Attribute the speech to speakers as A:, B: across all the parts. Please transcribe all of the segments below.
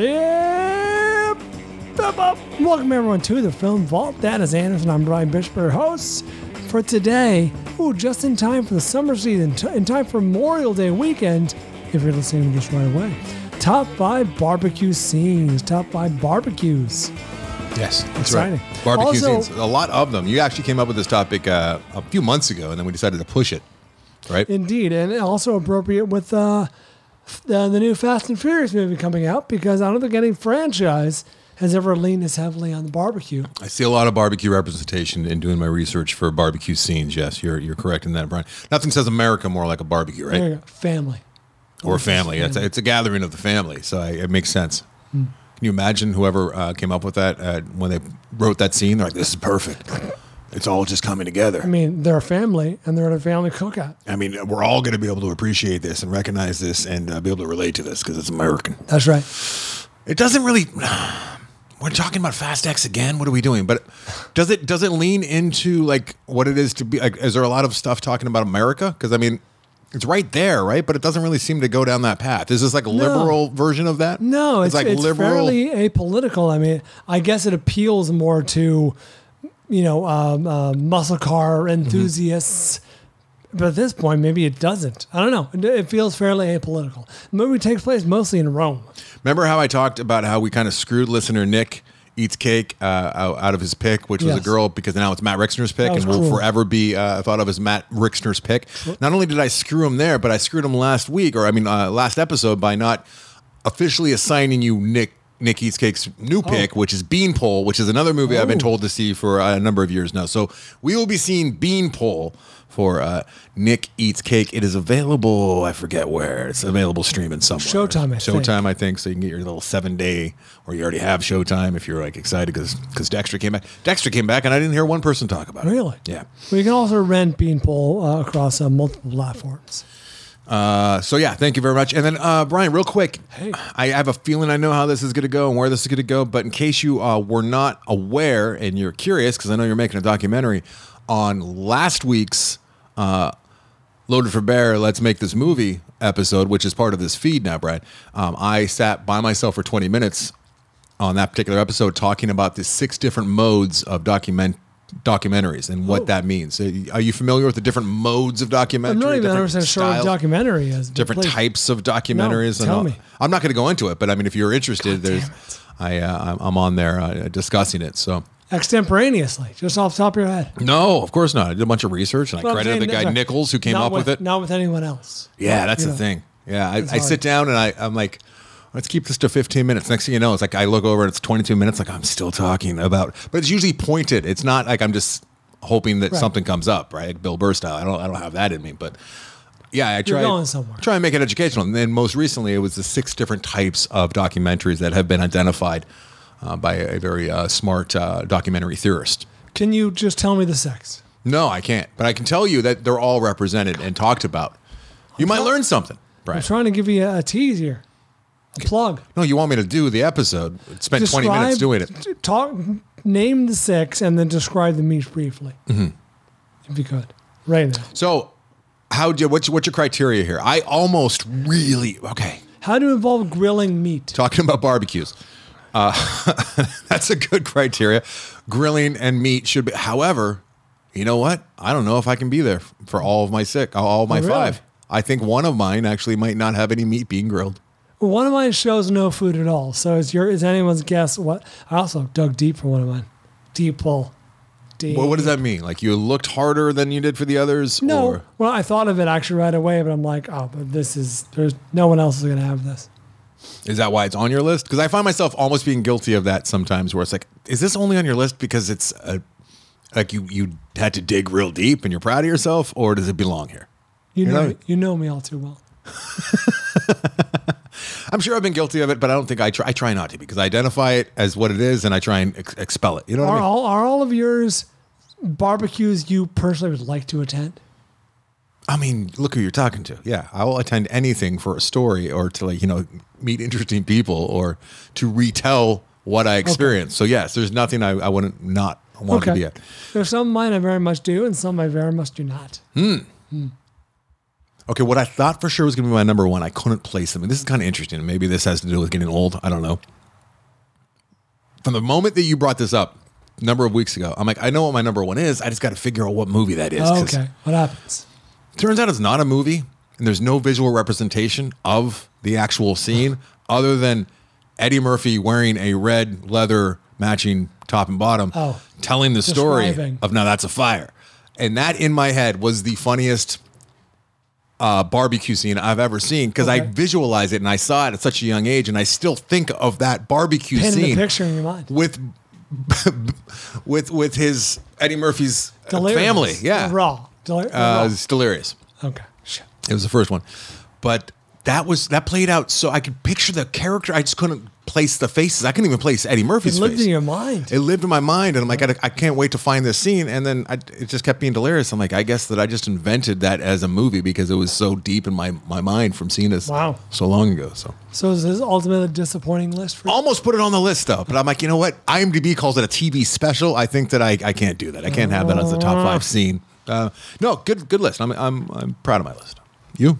A: Yep. Bup, bup. Welcome everyone to the Film Vault. That is Anderson. I'm Brian Bishper, host for today. Ooh, just in time for the summer season, t- in time for Memorial Day weekend. If you're listening to this right away, top five barbecue scenes. Top five barbecues.
B: Yes, that's
A: Exciting.
B: right. Barbecue
A: Also-
B: scenes, a lot of them. You actually came up with this topic uh, a few months ago, and then we decided to push it. Right?
A: Indeed, and also appropriate with uh, f- the, the new Fast and Furious movie coming out because I don't think any franchise has ever leaned as heavily on the barbecue.
B: I see a lot of barbecue representation in doing my research for barbecue scenes. Yes, you're you're correct in that, Brian. Nothing says America more like a barbecue,
A: There
B: right?
A: you go, family.
B: Or family. It's a, it's a gathering of the family, so I, it makes sense.
A: Hmm.
B: Can you imagine whoever uh, came up with that uh, when they wrote that scene? They're like, "This is perfect. It's all just coming together."
A: I mean, they're a family, and they're at a family cookout.
B: I mean, we're all going to be able to appreciate this and recognize this and uh, be able to relate to this because it's American.
A: That's right.
B: It doesn't really. We're talking about Fast X again. What are we doing? But does it does it lean into like what it is to be? Like, is there a lot of stuff talking about America? Because I mean, it's right there, right? But it doesn't really seem to go down that path. Is this like a liberal version of that?
A: No, it's, it's, fairly apolitical. I mean, I guess it appeals more to, you know, um, uh, muscle car
B: Mm-hmm.
A: enthusiasts. But at this point, maybe it doesn't. I don't know. It, it feels fairly apolitical. The movie takes place mostly in Rome.
B: Remember how I talked about how we kind of screwed listener Nick eats cake uh, out out of his pick, which was
A: Yes.
B: a girl, because now it's Matt Rixner's pick,
A: That was
B: and will
A: cruel.
B: forever be uh, thought of as Matt Rixner's pick. Not only did I screw him there, but I screwed him last week, or I mean uh, last episode, by not officially assigning you Nick. Nick Eats Cake's
A: Oh.
B: new pick, which is Beanpole, which is another movie I've been told to see for uh, a number of years now. So we will be seeing Beanpole for uh, Nick Eats Cake. It is available, I forget where. It's available streaming somewhere.
A: Showtime, I think.
B: Showtime. Showtime, I think, so you can get your little seven day, or you already have Showtime if you're like excited because Dexter came back. Dexter came back, and I didn't hear one person talk about it.
A: Really?
B: Yeah.
A: Well, you can also rent Beanpole uh, across uh, multiple platforms.
B: Uh, so yeah, thank you very much. And then uh, Brian, real quick, I have a feeling I know how this is going to go and where this is going to go. But in case you uh, were not aware and you're curious, because I know you're making a documentary on last week's uh, Loaded for Bear, Let's Make This Movie episode, which is part of this feed now, Brian. Um, I sat by myself for 20 minutes on that particular episode talking about the six different modes of document documentaries and what that means. Are you familiar with the different modes of documentary?
A: Oh. I'm not even
B: different
A: 100% sure what
B: styles?
A: documentary is. but
B: different
A: please-
B: types of documentaries.
A: tell
B: all.
A: me.
B: I'm not going to go into it, but I mean, if you're interested, there's I uh, I'm- I'm on there uh, discussing it. So
A: Extemporaneously, just off the top of your head.
B: no, of course not. I did a bunch of research and I
A: But I'm
B: credited the
A: saying-
B: guy Nichols who came
A: not
B: up with, it.
A: Not with anyone else.
B: yeah, that's
A: you
B: the
A: know.
B: thing. Yeah, I, I
A: hard.
B: sit down and I I'm like. Let's keep this to 15 minutes. Next thing you know, it's like I look over and it's 22 minutes. Like I'm still talking about, but it's usually pointed. It's not like I'm just hoping that
A: Right.
B: something comes up, right? Bill Burr style. I don't, I don't have that in me, but yeah, I try
A: going somewhere.
B: try and make it educational. And then most recently, it was the six different types of documentaries that have been identified uh, by a very uh, smart uh, documentary theorist.
A: Can you just tell me the sex?
B: No, I can't, but I can tell you that they're all represented and talked about. You might learn something,
A: I'm
B: Brian.
A: trying to give you a, a tease here, a plug.
B: No, you want me to do the episode? Spend 20 minutes doing it.
A: t- Talk, name the six, and then describe the meat briefly,
B: Mm-hmm.
A: if you could, right now.
B: So, how do what's what's your criteria here? I almost really okay.
A: How to involve grilling meat?
B: talking about barbecues. Uh, that's a good criteria. grilling and meat should be. However, you know what? I don't know if I can be there for all of my sick, all of my
A: Oh, really?
B: five. I think one of mine actually might not have any meat being grilled.
A: One of mine shows no food at all, so it's your it's anyone's guess. What I also dug deep for one of mine, deep pull. Deep.
B: What, what does that mean? Like you looked harder than you did for the others?
A: No,
B: Or,
A: well, I thought of it actually right away, but I'm like, oh, but this is there's no one else is gonna have this.
B: is that why it's on your list? Because I find myself almost being guilty of that sometimes, where it's like, is this only on your list because it's a, like you you had to dig real deep and you're proud of yourself, or does it belong here?
A: You
B: You're
A: know,
B: not-
A: you know me all too well.
B: I'm sure I've been guilty of it, but I don't think I try. I try not to because I identify it as what it is and I try and ex- expel it. You know what
A: Are
B: I mean?
A: all are all of yours barbecues you personally would like to attend?
B: I mean, look who you're talking to. Yeah, I will attend anything for a story or to like you know meet interesting people or to retell what I experienced. So yes, there's nothing I, I wouldn't not want to be at.
A: There's some mine I very much do, and some I very much do not.
B: Okay, what I thought for sure was going to be my number one, I couldn't place them. And this is kind of interesting. Maybe this has to do with getting old. I don't know. From the moment that you brought this up a number of weeks ago, I'm like, I know what my number one is. I just got to figure out what movie that is. 'cause
A: Oh, okay, what happens?
B: Turns out it's not a movie, and there's no visual representation of the actual scene other than Eddie Murphy wearing a red leather matching top and bottom,
A: Oh.
B: telling the story
A: Describing.
B: of now that's a fire. And that in my head was the funniest uh, barbecue scene I've ever seen because I visualize it and I saw it at such a young age, and I still think of that barbecue
A: Pin the
B: scene
A: picture in your mind.
B: with with with his Eddie Murphy's uh,
A: Delirious.
B: family. Yeah,
A: raw. Delir-
B: Uh,
A: raw.
B: it's delirious.
A: Okay, shit.
B: It was the first one, but that was that played out so I could picture the character. I just couldn't place the faces. I couldn't even place Eddie
A: It
B: Murphy's
A: lived
B: face.
A: in your mind.
B: it lived in my mind, and I'm like, I, I can't wait to find this scene. And then I, it just kept being delirious. I'm like, I guess that I just invented that as a movie because it was so deep in my my mind from seeing this
A: Wow.
B: so long ago. So
A: So is this ultimately a disappointing list for you?
B: almost put it on the list though, but I'm like, you know what? IMDb calls it a TV special. I think that I, I can't do that. I can't have that as a top five scene. Uh, no, good good list. I'm I'm I'm proud of my list. You?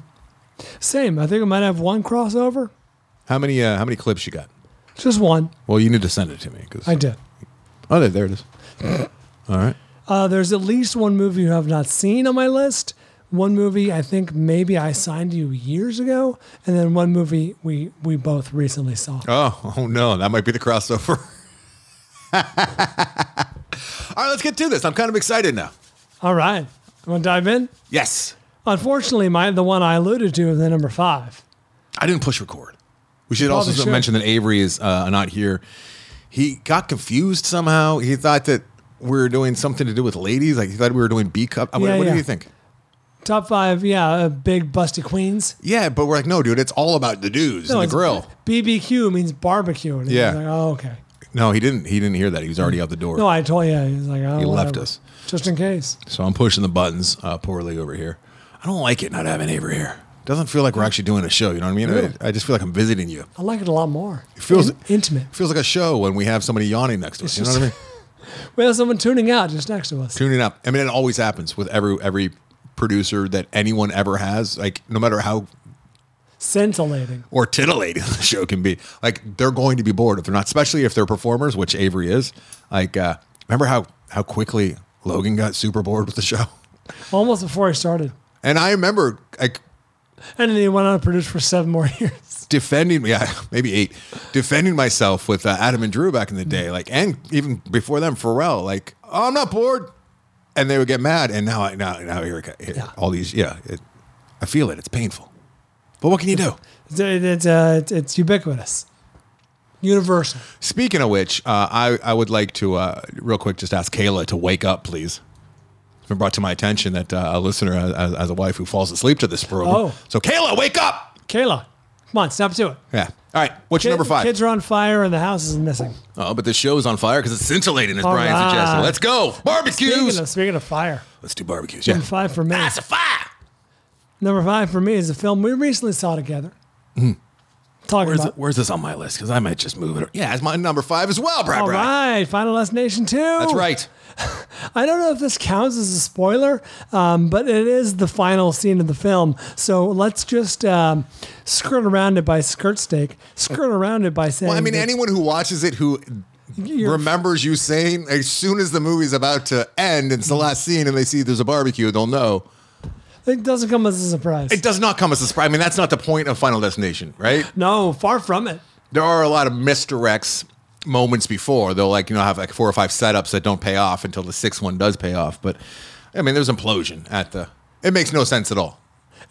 A: Same. I think I might have one crossover.
B: How many uh, how many clips you got?
A: Just one.
B: Well, you need to send it to me because
A: I did.
B: Oh, there, there it is. All right.
A: Uh, there's at least one movie you have not seen on my list. One movie I think maybe I signed you years ago, and then one movie we we both recently saw.
B: Oh, oh no, that might be the crossover. All right, let's get to this. I'm kind of excited now.
A: All right, want to dive in?
B: Yes,
A: Unfortunately, my the one I alluded to is the number five.
B: I didn't push record. We should
A: Probably
B: also
A: Oh, should.
B: mention that Avery is uh, not here. He got confused somehow. He thought that we were doing something to do with ladies. Like he thought we were doing B cup. what
A: Yeah,
B: what
A: yeah.
B: do you think?
A: Top five, yeah, uh, big busty queens.
B: Yeah, but we're like, no, dude, it's all about the dudes and
A: it's-
B: the grill.
A: BBQ means barbecue. And he was
B: Yeah.
A: like, oh, okay.
B: No, he didn't. He didn't hear that. He was already out the door.
A: No, I told you. He was like, oh,
B: He left
A: whatever.
B: us.
A: just in case.
B: So I'm pushing the buttons uh, poorly over here. I don't like it not having Avery here. Doesn't feel like we're actually doing a show. You know what I mean? I, I just feel like I'm visiting you.
A: I like it a lot more. It
B: feels-
A: intimate.
B: It feels like a show when we have somebody yawning next to us. You know what I mean?
A: We have someone tuning out just next to us.
B: Tuning up. I mean, it always happens with every every producer that anyone ever has. Like no matter how
A: Scintillating.
B: or titillating the show can be, like they're going to be bored if they're not, especially if they're performers, which Avery is. Like uh, remember how how quickly Logan got super bored with the show,
A: Almost before I started.
B: and I remember like
A: And then he went on to produce for seven more years.
B: defending yeah maybe eight defending myself with uh, adam and drew back in the day like and even before them pharrell like oh, i'm not bored and they would get mad and now i now now here, it co- here
A: Yeah.
B: all these yeah it, i feel it it's painful but what can you do
A: It's, it's, uh, it's, it's ubiquitous, universal.
B: speaking of which uh, i i would like to uh, real quick just ask kayla to wake up please it's been brought to my attention that uh, a listener has, has a wife who falls asleep to this program
A: Oh.
B: so kayla wake up
A: Kayla, come on, snap to it.
B: yeah all right what's your
A: Kid-
B: number five
A: Kids are on fire and the house is missing.
B: Oh, but the show's on fire because it's scintillating, as
A: All
B: Brian
A: right.
B: suggested. Let's go. Barbecues.
A: Speaking of, speaking of fire,
B: Let's do barbecues. Yeah.
A: number five for me.
B: That's a fire.
A: Number five for me is a film we recently saw together. Talking
B: Mm-hmm. Where's,
A: about.
B: where's this on my list? Because I might just move it. Yeah, it's my number five as well, Brad.
A: All
B: Brad.
A: right, Final Destination 2.
B: That's right.
A: I don't know if this counts as a spoiler, um, but it is the final scene of the film. So let's just um, skirt around it by skirt steak, skirt around it by saying.
B: Well, I mean,
A: that-
B: anyone who watches it who
A: You're-
B: remembers you saying as soon as the movie's about to end, it's the
A: Mm-hmm.
B: last scene, and they see there's a barbecue, they'll know.
A: It doesn't come as a surprise.
B: It does not come as a surprise. I mean, that's not the point of Final Destination, right?
A: no, far from it.
B: There are a lot of misdirects moments before. They'll like you know have like four or five setups that don't pay off until the sixth one does pay off. But I mean, there's implosion at the. It makes no sense at all.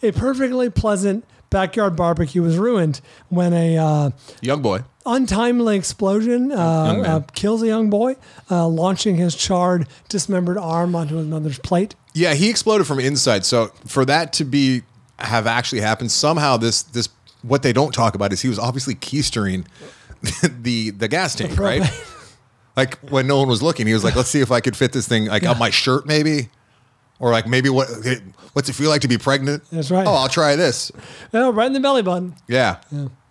A: A perfectly pleasant backyard barbecue was ruined when a uh,
B: Young boy.
A: untimely explosion uh,
B: Young man.
A: uh, kills a young boy, uh, launching his charred, dismembered arm onto his mother's plate.
B: Yeah, he exploded from inside. So for that to be have actually happened, somehow this this what they don't talk about is he was obviously keistering the the gas tank, right? Like when no one was looking, he was like, "Let's see if I could fit this thing like up my shirt, maybe." Or like maybe what what's it feel like to be pregnant?
A: That's right.
B: Oh, I'll try this.
A: Oh, right in the belly button.
B: Yeah,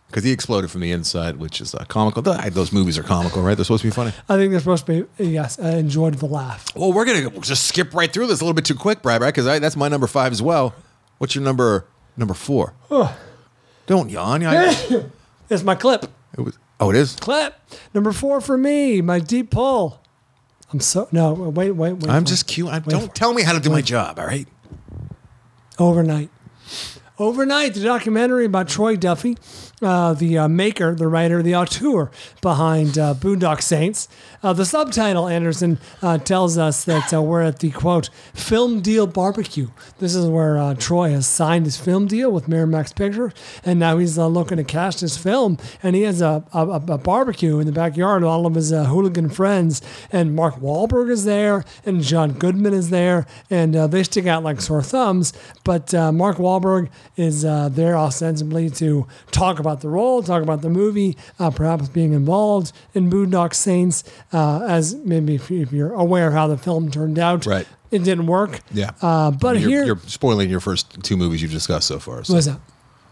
B: because he exploded from the inside, which is uh, comical. Th- Those movies are comical, right? They're supposed to be funny.
A: I think they're supposed to be, yes, I enjoyed the laugh.
B: Well, we're gonna just skip right through this a little bit too quick, Brad, right? Because that's my number five as well. What's your number number four? Don't yawn. I-
A: Eh. It's my clip.
B: it was, oh, it is.
A: Clip. Number four for me, my deep pull. I'm so, no, wait, wait, wait.
B: I'm
A: for
B: just
A: it.
B: cute. I,
A: Wait for
B: don't
A: it.
B: tell me how to do my job. All right.
A: Overnight. Overnight, the documentary about Troy Duffy, uh, the uh, maker, the writer, the auteur behind uh, Boondock Saints. Uh, the subtitle, Anderson, uh, tells us that uh, we're at the quote, film deal barbecue. This is where uh, Troy has signed his film deal with Miramax Pictures, and now he's uh, looking to cast his film. And he has a, a, a barbecue in the backyard with all of his uh, hooligan friends. And Mark Wahlberg is there, and John Goodman is there, and uh, they stick out like sore thumbs. But uh, Mark Wahlberg is uh, there ostensibly to talk about the role, talk about the movie, uh, perhaps being involved in Boondock Saints, uh, as maybe if, if you're aware of how the film turned out.
B: Right.
A: It didn't work.
B: Yeah.
A: Uh, but
B: you're,
A: here,
B: you're spoiling your first two movies you've discussed so far. So.
A: what's that?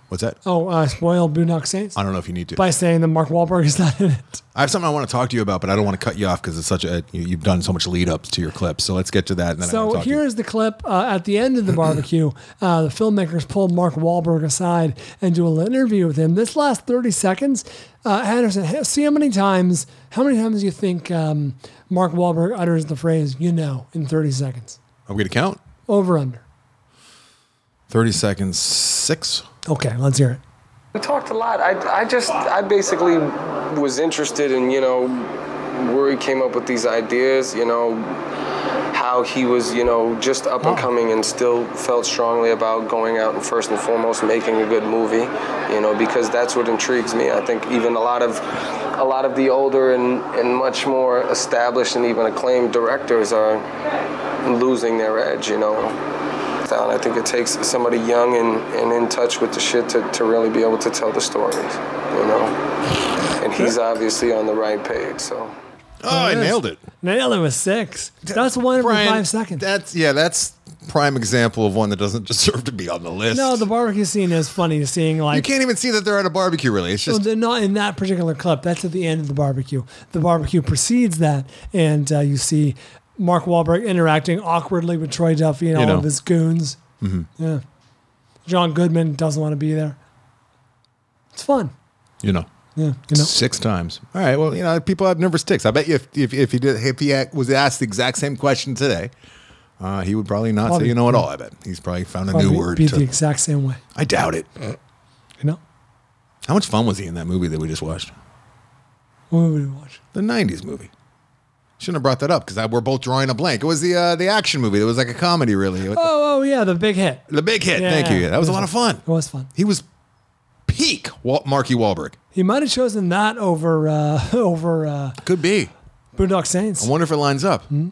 B: What's that?
A: Oh, uh, spoiled Boondock Saints
B: I don't know if you need to.
A: by saying that Mark Wahlberg is not in it.
B: I have something I want to talk to you about, but I don't want to cut you off because it's such a you, you've done so much lead up to your clip. So let's get to that. And then I want to
A: So
B: talk to you.
A: here is the clip uh, at the end of the barbecue. Uh, the filmmakers pull Mark Wahlberg aside and do a little interview with him. This last 30 seconds, uh, Anderson, ha- see how many times, how many times do you think um, Mark Wahlberg utters the phrase, you know, in 30 seconds?
B: Are we going to count?
A: Over, under.
B: Thirty seconds. Six.
A: Okay, let's hear it.
C: We talked a lot. I, I just, I basically was interested in, you know, where he came up with these ideas, you know, how he was, you know, just up and coming and still felt strongly about going out and first and foremost making a good movie, you know, because that's what intrigues me. I think even a lot of a lot of the older and, and much more established and even acclaimed directors are losing their edge, you know down. I think it takes somebody young and, and in touch with the shit to, to really be able to tell the stories, you know? And he's obviously on the right page, so.
B: Oh, I nailed it.
A: Nailed it with six. That's one every
B: Brian,
A: five seconds.
B: That's yeah, that's prime example of one that doesn't deserve to be on the list.
A: no, the barbecue scene is funny seeing like
B: you can't even see that they're at a barbecue. Really, it's
A: Well,
B: just
A: they're not in that particular clip. That's at the end of the barbecue. The barbecue precedes that, and uh, you see Mark Wahlberg interacting awkwardly with Troy Duffy and all
B: know.
A: of his goons. Mm-hmm. Yeah, John Goodman doesn't want to be there. It's fun.
B: you know.
A: Yeah, you know.
B: Six times. All right. Well, you know, people have never sticks. I bet you if if, if he did if he ac- was asked the exact same question today, uh, he would probably not
A: Probably.
B: say you know at all. I bet he's probably found a
A: Probably
B: new
A: be,
B: word.
A: be the
B: To,
A: exact same way.
B: I doubt it.
A: You know,
B: How much fun was he in that movie that we just watched?
A: what would we watch?
B: The '90s movie. Shouldn't have brought that up because we're both drawing a blank. It was the uh, the action movie. It was like a comedy, really. What the-
A: Oh, oh yeah, the big hit.
B: The big hit.
A: Yeah,
B: Thank you.
A: yeah.
B: That was a
A: It
B: lot of fun.
A: It was fun.
B: He was peak Wal- Marky Wahlberg.
A: He might have chosen that over uh, over uh,
B: Could be.
A: Boondock Saints.
B: I wonder if it lines up.
A: Hmm?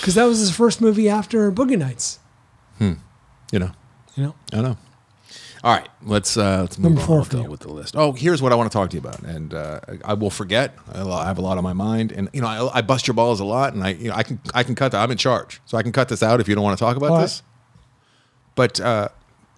A: because that was his first movie after Boogie Nights.
B: You know,
A: You know,
B: I don't know. All right, let's uh, let's move
A: Number
B: on
A: four
B: with
A: for
B: the,
A: you.
B: with the list. Oh, here's what I want to talk to you about, and uh, I will forget. I lo- I have a lot on my mind, and you know, I, I bust your balls a lot, and I you know, I can I can cut that. I'm in charge, so I can cut this out if you don't want to talk about
A: All right.
B: this. But uh,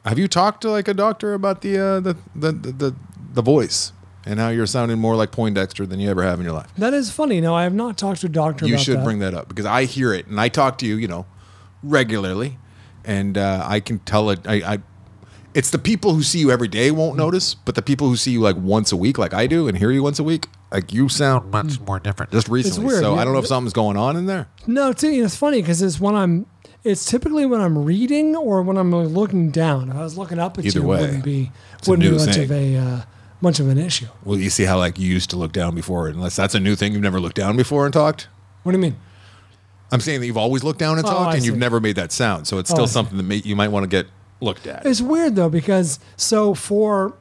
B: have you talked to like a doctor about the, uh, the, the the the the voice and how you're sounding more like Poindexter than you ever have in your life?
A: that is funny. No, I have not talked to a doctor.
B: you
A: about
B: should
A: that.
B: bring that up because I hear it and I talk to you, you know, regularly, and uh, I can tell it. I, I,
A: Mm.
B: it's the people who see you every day won't notice, but the people who see you like once a week, like I do, and hear you once a week, like you sound much more different just recently.
A: Mm. weird,
B: so
A: yeah.
B: I don't know if something's going on in there.
A: No, it's, it's funny because it's when I'm. It's typically when I'm reading or when I'm like, looking down. If I was looking up at
B: Either
A: you,
B: way,
A: it wouldn't be
B: a
A: wouldn't be
B: new
A: much
B: thing.
A: of a uh, much of an issue.
B: Well, you see how like you used to look down before, unless that's a new thing you've never looked down before and talked.
A: What do you mean?
B: I'm saying that you've always looked down and
A: Oh,
B: talked,
A: I
B: and you've
A: see. Oh,
B: never made that sound. So it's
A: I
B: still
A: see.
B: something that may, you might want to get looked at.
A: It's weird though because so for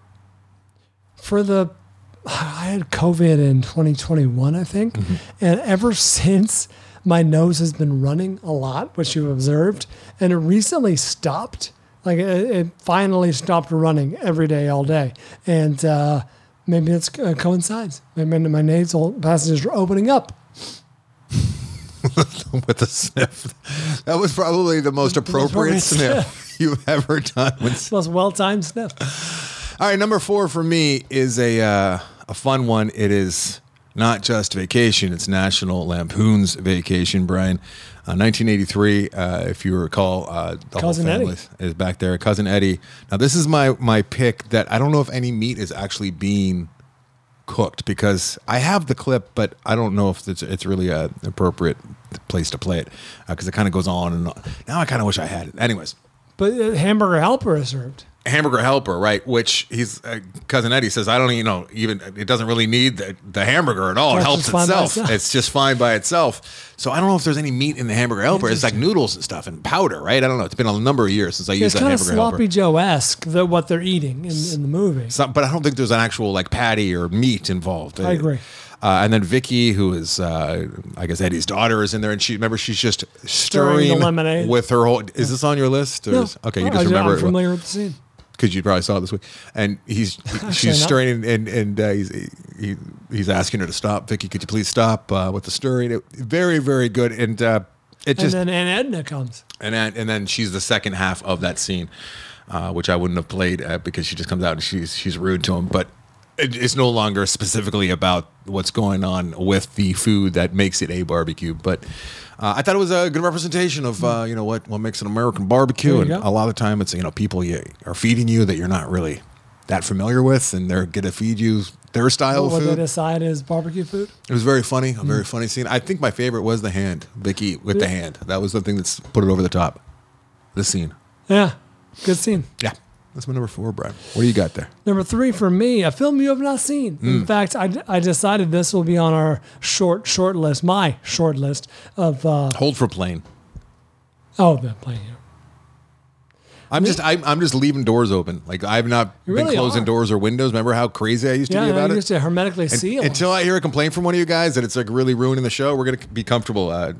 A: for the I had COVID in 2021, I think,
B: Mm-hmm.
A: and ever since my nose has been running a lot, which you've observed, and it recently stopped. Like it, it finally stopped running every day, all day, and uh, maybe it's uh, coincides. Maybe my nasal passages are opening up.
B: with a sniff. That was probably the most appropriate
A: appropriate
B: sniff you've ever done. With-
A: Plus, well-timed sniff.
B: All right, number four for me is a uh, a fun one. It is not just vacation; it's National Lampoon's Vacation. Brian, uh, 1983. Uh, if you recall, uh, the
A: Cousin
B: whole
A: Eddie.
B: family is back there. Cousin Eddie. Now, this is my my pick. That I don't know if any meat is actually being cooked because I have the clip, but I don't know if it's, it's really a appropriate place to play it because it kind of goes on and on. now I kind of wish I had it. Anyways,
A: But uh, hamburger helper is served.
B: hamburger helper, right? Which he's uh, cousin Eddie says I don't you know even it doesn't really need the, the hamburger at all. It
A: It's
B: helps
A: just fine by
B: itself.
A: itself.
B: It's just fine by itself. So I don't know if there's any meat in the hamburger helper. It's like noodles and stuff and powder, right? I don't know. It's been a number of years since I used
A: It's
B: that
A: kind of
B: hamburger
A: sloppy
B: helper.
A: Joe-esque, the, what they're eating in, in the movie.
B: Some- but I don't think there's an actual like patty or meat involved.
A: I agree.
B: Uh, and then Vicky, who is, uh, I guess Eddie's daughter, is in there, and she remember she's just
A: Stirring the
B: stirring,
A: lemonade.
B: with her whole. Is this on your list? Or is- okay, you
A: I-
B: just
A: Oh, I'm
B: remember it well.
A: familiar with the scene.
B: because you probably saw it this week. And he's she's
A: not.
B: stirring, and and uh, he's he, he's asking her to stop. Vicky, could you please stop uh, with the stirring? It, very very good, and uh, it just
A: and then Aunt Edna comes.
B: and then, and then she's the second half of that scene, uh, which I wouldn't have played uh, because she just comes out and she's she's rude to him, but. it- It's no longer specifically about what's going on with the food that makes it a barbecue, but uh, I thought it was a good representation of uh, you know what what makes an American barbecue,
A: There you
B: and
A: go.
B: a lot of the time it's you know people you are feeding you that you're not really that familiar with, and they're gonna feed you their style
A: what
B: of
A: they
B: Oh, food.
A: decide is barbecue food.
B: It was very funny, a very funny scene. I think my favorite was the hand, Vicky with the hand. That was the thing that's put it over the top. The scene.
A: Yeah, good scene.
B: Yeah. That's my number four, Brian. What do you got there?
A: Number three for me, a film you have not seen.
B: Mm.
A: In fact, I, I decided this will be on our short short list, my short list of uh,
B: Hold for plane.
A: oh, the plane here.
B: I'm just I'm, I'm just leaving doors open. Like I've not
A: You
B: been
A: really
B: closing
A: are.
B: doors or windows. Remember how crazy I used to
A: Yeah,
B: be about
A: I
B: it?
A: used to hermetically
B: And-
A: seal.
B: until I hear a complaint from one of you guys that it's like really ruining the show, we're gonna be comfortable uh,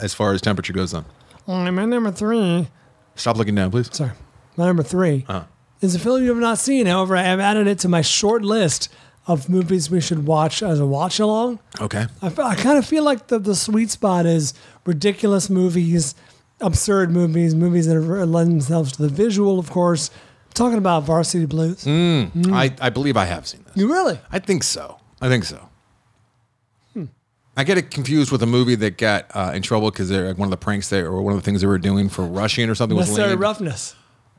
B: as far as temperature goes on.
A: Mm, my number three.
B: Stop looking down, please.
A: Sorry, my number 3
B: Uh.
A: is a film you have not seen. However, I have added it to my short list of movies we should watch as a watch along.
B: Okay.
A: I, kind of feel like the, the sweet spot is ridiculous movies, absurd movies, movies that are- lend themselves to the visual, of course. I'm talking about Varsity Blues.
B: Hmm? I, I believe I have seen this.
A: You really?
B: I think so. I think so. Hmm. I get it confused with a movie that got uh, in trouble because they're like one of the pranks they or one of the things they were doing for Russian or something was
A: Necessary
B: laying,
A: roughness.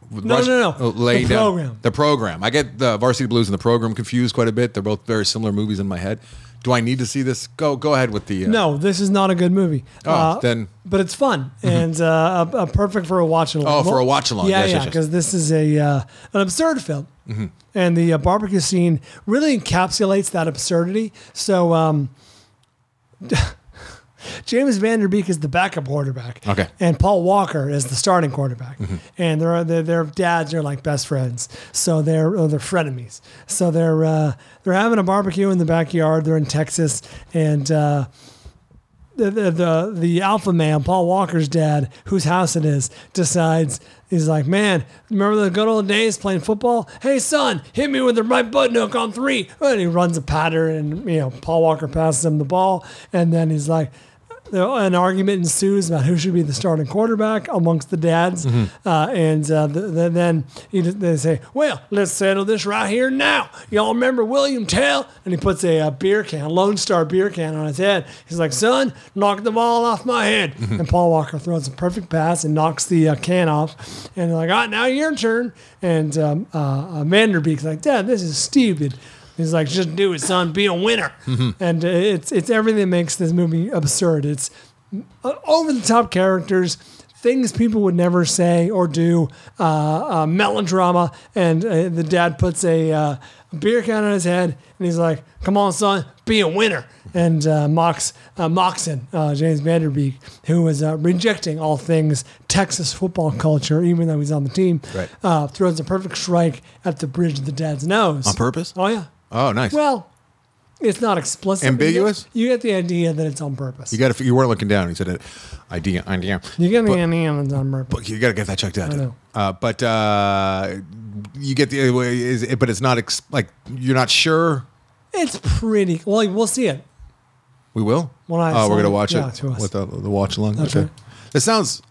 B: with
A: no, no, no.
B: oh, lay
A: The
B: down-
A: program.
B: The program. I get the Varsity Blues and the program confused quite a bit. They're both very similar movies in my head. Do I need to see this? Go go ahead with the uh,
A: No, this is not a good movie. Uh,
B: Oh, then- Mm-hmm.
A: But it's fun and uh, a, a perfect for a watch along.
B: Oh, for a watch along.
A: Yeah, yeah,
B: Yes, yes, Mm-hmm. yes.
A: because this is a uh, an absurd film, and the uh, barbecue scene really encapsulates that absurdity. So. Um, James Van Der Beek is the backup quarterback.
B: Okay.
A: And Paul Walker is the starting quarterback. And they're, they're, their dads are like best friends. So they're, or they're frenemies. So they're, uh, they're having a barbecue in the backyard. They're in Texas. And, uh, the, the the the alpha man, Paul Walker's dad, whose house it is, decides he's like, man, remember the good old days playing football? Hey son, hit me with the right button hook on three, and he runs a pattern, and you know Paul Walker passes him the ball, and then he's like. An argument ensues about who should be the starting quarterback amongst the dads, uh, and uh, the, the, then he, they say, "Well, let's settle this right here now." Y'all remember William Tell? And he puts a, uh beer can, Lone Star beer can, on his head. He's like, "Son, knock the ball off my head." And Paul Walker throws a perfect pass and knocks the uh, can off. And they're like, "All right, now your turn." And um, uh, uh, Vanderbeek's like, "Dad, this is stupid." He's like, just do it, son. Be a winner. And uh, it's it's everything that makes this movie absurd. It's over the top characters, things people would never say or do, uh, uh, melodrama. And uh, the dad puts a uh, beer can on his head and he's like, Come on, son, be a winner. And uh, mocks, uh, mocks him, uh, James Vanderbeek, who is uh, rejecting all things Texas football culture, even though he's on the team,
B: Right.
A: uh, throws a perfect strike at the bridge of the dad's nose.
B: On purpose?
A: Oh, yeah.
B: Oh, nice.
A: Well, it's not explicit. but you get-
B: Ambiguous?
A: You get, the idea that it's on purpose.
B: you got to. You weren't looking down. You said it. Idea, idea.
A: You get
B: But-
A: the idea that it's on purpose.
B: But you got to get that checked out.
A: I know.
B: Uh, but uh, you get the uh, is it, but it's not ex- like you're not sure.
A: It's pretty. Well, we'll see it.
B: We will.
A: When I
B: oh, we're
A: saw
B: gonna
A: it,
B: watch
A: yeah,
B: it
A: to us.
B: with the, the watch along.
A: That's
B: okay.
A: right.
B: It sounds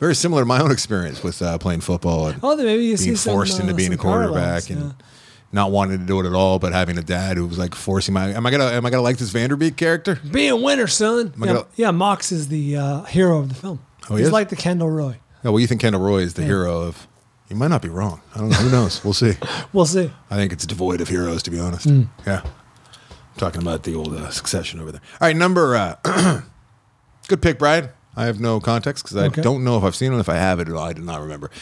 B: very similar to my own experience with uh, playing football and
A: Oh, then maybe you see
B: being
A: some,
B: forced
A: uh,
B: into being a
A: some parallels,
B: quarterback and
A: yeah.
B: not wanting to do it at all, but having a dad who was like forcing my. Am I gonna am I gonna like this Vanderbeek character?
A: Be a winner, son.
B: I
A: Yeah,
B: gonna-
A: yeah, Mox is the uh, hero of the film.
B: Oh, he
A: He's
B: is?
A: like the Kendall Roy.
B: No, well, you think Kendall Roy is the hero of. You might not be wrong. I don't know. Who knows? We'll see.
A: We'll see.
B: I think it's devoid of heroes, to be honest.
A: Hmm.
B: Yeah. I'm talking about the old uh, succession over there. All right, number. Uh, good pick, Brian. I have no context because I
A: Okay.
B: don't know if I've seen it. If I have it, I do not remember.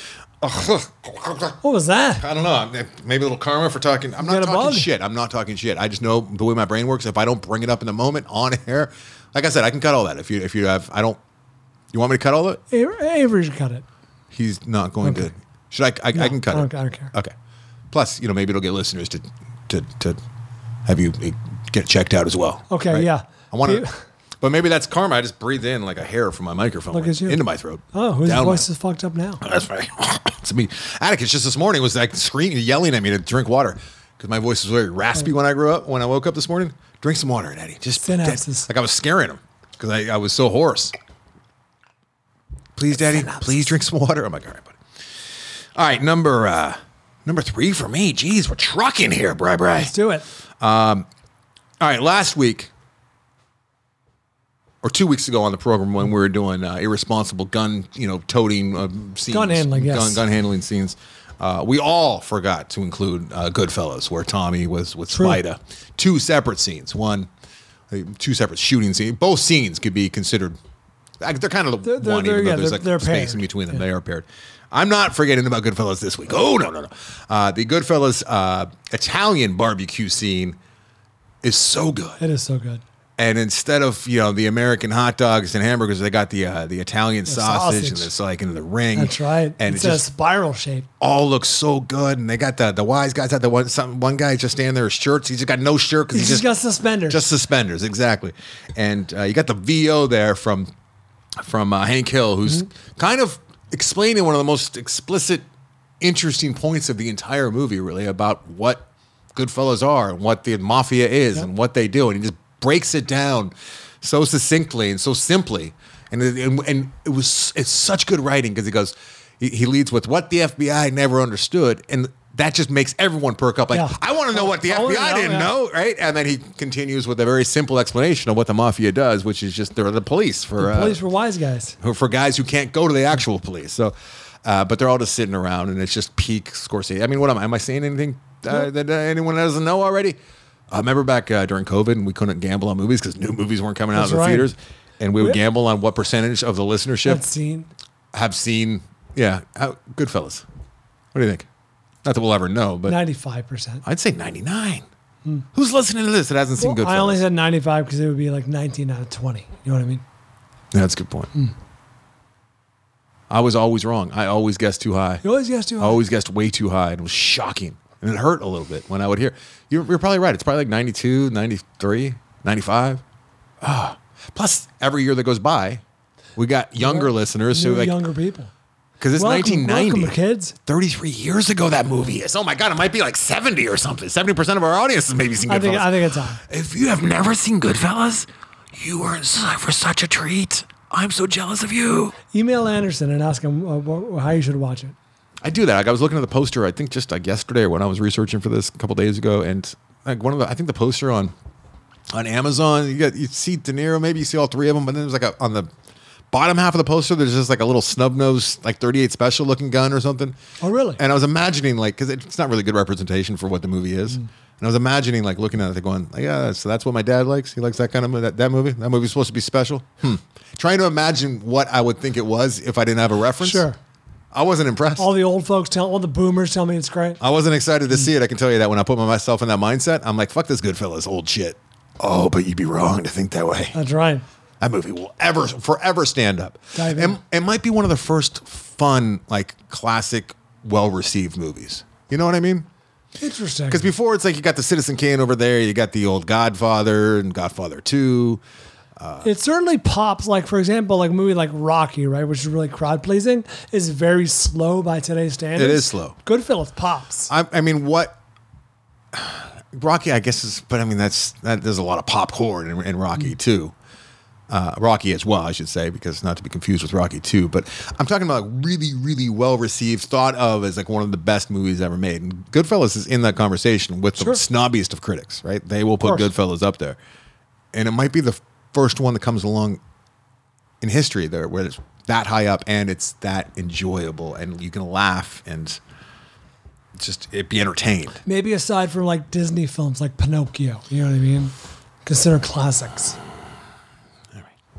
A: What was that?
B: I don't know. I'm- eh, Maybe a little karma for talking. I'm
A: got
B: not
A: a
B: talking
A: bug?
B: shit. I'm not talking shit. I just know the way my brain works. If I don't bring it up in the moment on air, like I said, I can cut all that. If you if you have, I don't. You want me to cut all of it?
A: A- Avery should cut it.
B: He's not going
A: Okay.
B: to. Should I? I, I can cut
A: I don't-
B: it.
A: I don't care.
B: Okay. Plus, you know, maybe it'll get listeners to to to have you eh, get checked out as well.
A: Okay, yeah.
B: I want
A: You-
B: to. But maybe that's karma. I just breathed in like a hair from my microphone
A: Look
B: like,
A: at you.
B: into my throat.
A: Oh, whose
B: Down my-
A: voice is fucked up now?
B: Oh, That's right. it's me. Atticus just this morning was like screaming, yelling at me to drink water because my voice was very raspy when I grew up. When I woke up this morning, drink some water, Eddie. Just
A: Synapses.
B: like I was scaring him because I, I was so hoarse. Please, Daddy, please drink some water. I'm like, all right, buddy. All right, number uh, number three for me. Jeez, we're trucking here, Bri Bri.
A: Let's do it.
B: All right, last week or two weeks ago on the program when we were doing uh, irresponsible gun, you know, toting uh, scenes,
A: Gun handling, yes.
B: gun, gun handling scenes. Uh, we all forgot to include uh, Goodfellas, where Tommy was with
A: True.
B: Spida. Two separate scenes. One, uh, two separate shooting scenes. Both scenes could be considered. like, They're kind of
A: They're- they're-
B: one,
A: they're-
B: even though
A: yeah,
B: there's
A: they're-
B: like
A: they're
B: space
A: paired.
B: in between them. They are paired. I'm not forgetting about Goodfellas this week. Oh no, no, no! Uh, the Goodfellas uh, Italian barbecue scene is so good
A: It is so good.
B: and instead of you know the American hot dogs and hamburgers, they got the uh, the Italian sausage,
A: sausage.
B: and it's like in the ring.
A: That's right.
B: And
A: it's
B: it
A: a
B: just
A: spiral shape.
B: all looks so good. And they got the the wise guys out the one some one guy just standing there with shirts. He just got no shirt because
A: He's
B: he
A: just
B: just
A: got suspenders.
B: just suspenders exactly. And uh, you got the VO there from from uh, Hank Hill, who's
A: Mm-hmm.
B: kind of explaining one of the most explicit, interesting points of the entire movie, really about what Goodfellas are and what the mafia is and what they do, and he just breaks it down so succinctly and so simply. And it, and, and it was it's such good writing because he goes, he, he leads with what the FBI never understood, and that just makes everyone perk up. Like
A: Yeah.
B: I want to know what the
A: I wanna
B: FBI
A: know,
B: didn't
A: yeah.
B: know Oh, right? And then he continues with a very simple explanation of what the mafia does, which is just they're the police for uh,
A: Police were wise guys.
B: who- for guys who can't go to the actual police. So, uh, but they're all just sitting around, and it's just peak Scorsese. I mean, what am I? Am I saying anything uh, that uh, anyone doesn't know already? I remember back uh, during COVID, and we couldn't gamble on movies because new movies weren't coming out
A: That's
B: of the
A: right.
B: theaters, and we would gamble on what percentage of the listenership
A: That scene.
B: have seen. Yeah, how, Goodfellas. What do you think? Not that we'll ever know, but
A: 95%.
B: I'd say ninety nine. Who's listening to this that hasn't seen Goodfellas?
A: Hmm. Well, I only said 95 because it would be like 19 out of 20. You know what I mean?
B: Yeah, That's a good point.
A: Hmm.
B: I was always wrong. I always guessed too high.
A: You always guess too
B: I
A: high.
B: always guessed way too high. and It was shocking. And it hurt a little bit when I would hear. You're, you're probably right. It's probably like 92, 93, 95. Ah. Plus, every year that goes by, we got younger listeners who
A: New
B: like,
A: younger people.
B: because it's
A: Welcome,
B: 1990.
A: welcome, kids.
B: 33 years ago that movie is. Oh my God, it might be like 70 or something. 70% of our audience has maybe seen Goodfellas.
A: I think, I think it's high.
B: If you have never seen Goodfellas, you are in for such a treat. I'm so jealous of you.
A: Email Anderson and ask him uh, wh- how you should watch it.
B: I do that. Like, I was looking at the poster. I think just like yesterday or when I was researching for this a couple days ago, and like one of the I think the poster on on Amazon. You got you see De Niro, maybe you see all three of them, but then there's like a on the bottom half of the poster. There's just like a little snub nosed like 38 special looking gun or something.
A: Oh, really? Mm.
B: And I was imagining like because it's not really good representation for what the movie is. And I was imagining, like, looking at it, going, yeah, so that's what my dad likes. He likes that kind of mo- that, that movie. That movie's supposed to be special. Hmm. Trying to imagine what I would think it was if I didn't have a reference.
A: Sure.
B: I wasn't impressed.
A: All the old folks tell, all the boomers tell me it's great.
B: I wasn't excited
A: Mm.
B: to see it. I can tell you that when I put myself in that mindset, I'm like, fuck this Goodfellas old shit. Oh, but you'd be wrong to think that way.
A: That's right.
B: That movie will ever, forever stand up.
A: Dive in.
B: It, it might be one of the first fun, like classic, well received movies. You know what I mean?
A: Interesting.
B: Because before it's like you got the Citizen Kane over there, you got the old Godfather and Godfather 2.
A: it certainly pops. Like for example, like a movie like Rocky, right, which is really crowd pleasing, is very slow by today's standards.
B: It is slow.
A: Goodfellas pops.
B: I, I mean, what Rocky? I guess is, but I mean, that's that. There's a lot of popcorn in, in
A: Mm.
B: Rocky too. Uh, Rocky as well, I should say, because not to be confused with Rocky too. But I'm talking about like really, really well received, thought of as like one of the best movies ever made. And Goodfellas is in that conversation with the
A: Sure.
B: snobbiest of critics, right? They will put
A: course.
B: Goodfellas up there, and it might be the first one that comes along in history there where it's that high up and it's that enjoyable and you can laugh and just it be entertained.
A: Maybe aside from like Disney films like Pinocchio, you know what I mean? Consider classics.